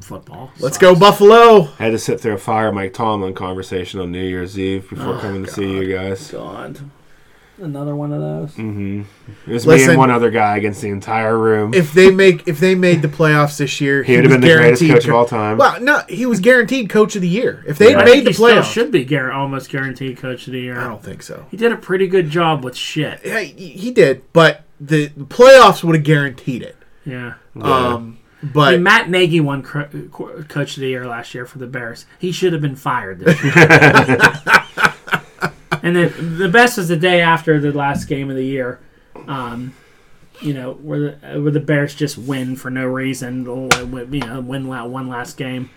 [SPEAKER 1] Football.
[SPEAKER 3] Let's
[SPEAKER 1] sucks.
[SPEAKER 3] go Buffalo.
[SPEAKER 2] I had to sit through a fire Mike Tomlin conversation on New Year's Eve before coming to see you guys.
[SPEAKER 1] God. Another one of those.
[SPEAKER 2] hmm It was me
[SPEAKER 3] Listen.
[SPEAKER 2] and one other guy against the entire room.
[SPEAKER 3] If they make if they made the playoffs this year,
[SPEAKER 2] he would have been
[SPEAKER 3] was
[SPEAKER 2] the greatest
[SPEAKER 3] guaranteed
[SPEAKER 2] coach of
[SPEAKER 3] co-
[SPEAKER 2] all time.
[SPEAKER 3] Well, no, he was guaranteed coach of the year. If they
[SPEAKER 2] Yeah.
[SPEAKER 1] I
[SPEAKER 3] made
[SPEAKER 1] think
[SPEAKER 3] the
[SPEAKER 1] he still
[SPEAKER 3] playoffs,
[SPEAKER 1] should be gar- almost guaranteed coach of the
[SPEAKER 3] I
[SPEAKER 1] year.
[SPEAKER 3] don't think so.
[SPEAKER 1] He did a pretty good job with shit.
[SPEAKER 3] Yeah, he he did, but the the playoffs would have guaranteed it.
[SPEAKER 1] Yeah.
[SPEAKER 3] Um,
[SPEAKER 1] I
[SPEAKER 3] but
[SPEAKER 1] mean, Matt Nagy won cr- co- coach of the year last year for the Bears. He should have been fired this year. and then the best was the day after the last game of the year. Um, you know, where the, where the Bears just win for no reason, you know, win la- one last game.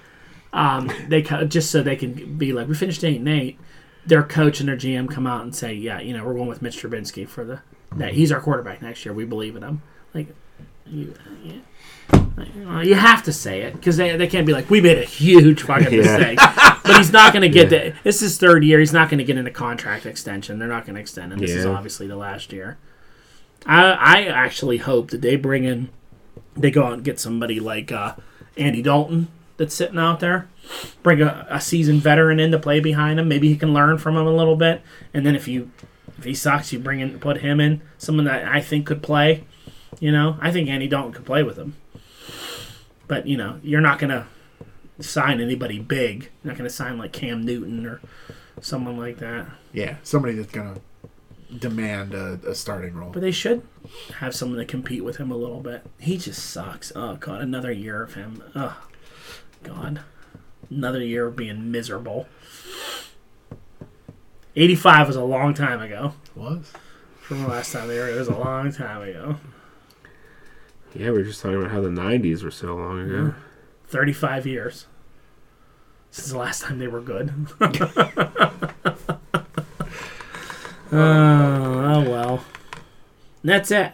[SPEAKER 1] Um, they co- just so they can be like, we finished eight and eight. Their coach and their GM come out and say, yeah, you know, we're going with Mitch Trubinsky for the that he's our quarterback next year. We believe in him. Like, you, uh, You have to say it because they, they can't be like we made a huge fucking
[SPEAKER 2] Yeah.
[SPEAKER 1] mistake. but he's not going to get the. It's his third year. He's not going to get into contract extension. They're not going to extend him. This is
[SPEAKER 2] Yeah.
[SPEAKER 1] obviously the last year. I I actually hope that they bring in, they go out and get somebody like uh, Andy Dalton that's sitting out there. Bring a, a seasoned veteran in to play behind him. Maybe he can learn from him a little bit. And then if you if he sucks, you bring in put him in someone that I think could play. You know, I think Andy Dalton could play with him. But you know, you're not gonna sign anybody big. You're not gonna sign like Cam Newton or someone like that.
[SPEAKER 3] Yeah, somebody that's gonna demand a, a starting role.
[SPEAKER 1] But they should have someone to compete with him a little bit. He just sucks. Oh god, another year of him. Oh god, another year of being miserable. Eighty-five was a long time ago.
[SPEAKER 3] was
[SPEAKER 1] From the last time they were, it was a long time ago.
[SPEAKER 2] Yeah, we were just talking about how the 90s were so long ago.
[SPEAKER 1] 35 years since the last time they were good. [laughs] oh, oh well. And that's it.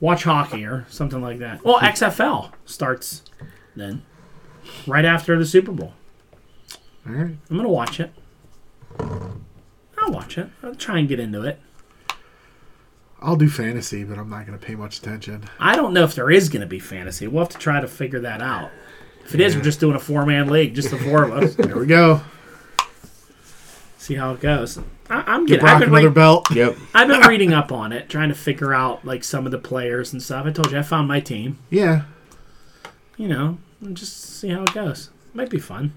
[SPEAKER 1] Watch hockey or something like that. Well, XFL starts then, right after the Super Bowl.
[SPEAKER 3] all right.
[SPEAKER 1] I'm gonna watch it. I'll watch it. I'll try and get into it.
[SPEAKER 3] I'll do fantasy, but I'm not gonna pay much attention.
[SPEAKER 1] I don't know if there is gonna be fantasy. We'll have to try to figure that out. If it is, we're just doing a four man league, just the four of us.
[SPEAKER 3] There we go.
[SPEAKER 1] see how it goes. I, I'm
[SPEAKER 3] Get
[SPEAKER 1] getting. I've
[SPEAKER 3] Brock
[SPEAKER 1] been,
[SPEAKER 3] another
[SPEAKER 1] rea-
[SPEAKER 3] belt.
[SPEAKER 2] Yep.
[SPEAKER 1] I've
[SPEAKER 2] [laughs]
[SPEAKER 1] been reading up on it, trying to figure out like some of the players and stuff. I told you I found my team.
[SPEAKER 3] Yeah,
[SPEAKER 1] You know, and just see how it goes. Might be fun.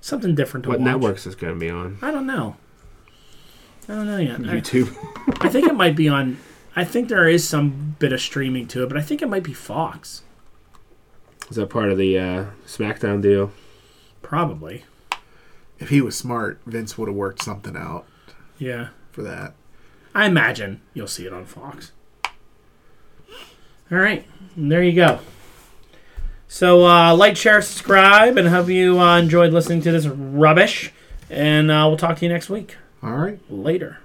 [SPEAKER 1] Something different to
[SPEAKER 2] What
[SPEAKER 1] watch.
[SPEAKER 2] networks is going to be on?
[SPEAKER 1] I don't know. I don't know yet. I,
[SPEAKER 2] YouTube.
[SPEAKER 1] I think it might be on. I think there is some bit of streaming to it, but I think it might be Fox.
[SPEAKER 2] Is that part of the uh, SmackDown deal?
[SPEAKER 1] Probably.
[SPEAKER 3] if he was smart, Vince would have worked something out
[SPEAKER 1] Yeah.
[SPEAKER 3] for that.
[SPEAKER 1] I imagine you'll see it on Fox. All right, and there you go. So uh, like, share, subscribe, and hope you uh, enjoyed listening to this rubbish. And uh, we'll talk to you next week.
[SPEAKER 3] All right.
[SPEAKER 1] Later.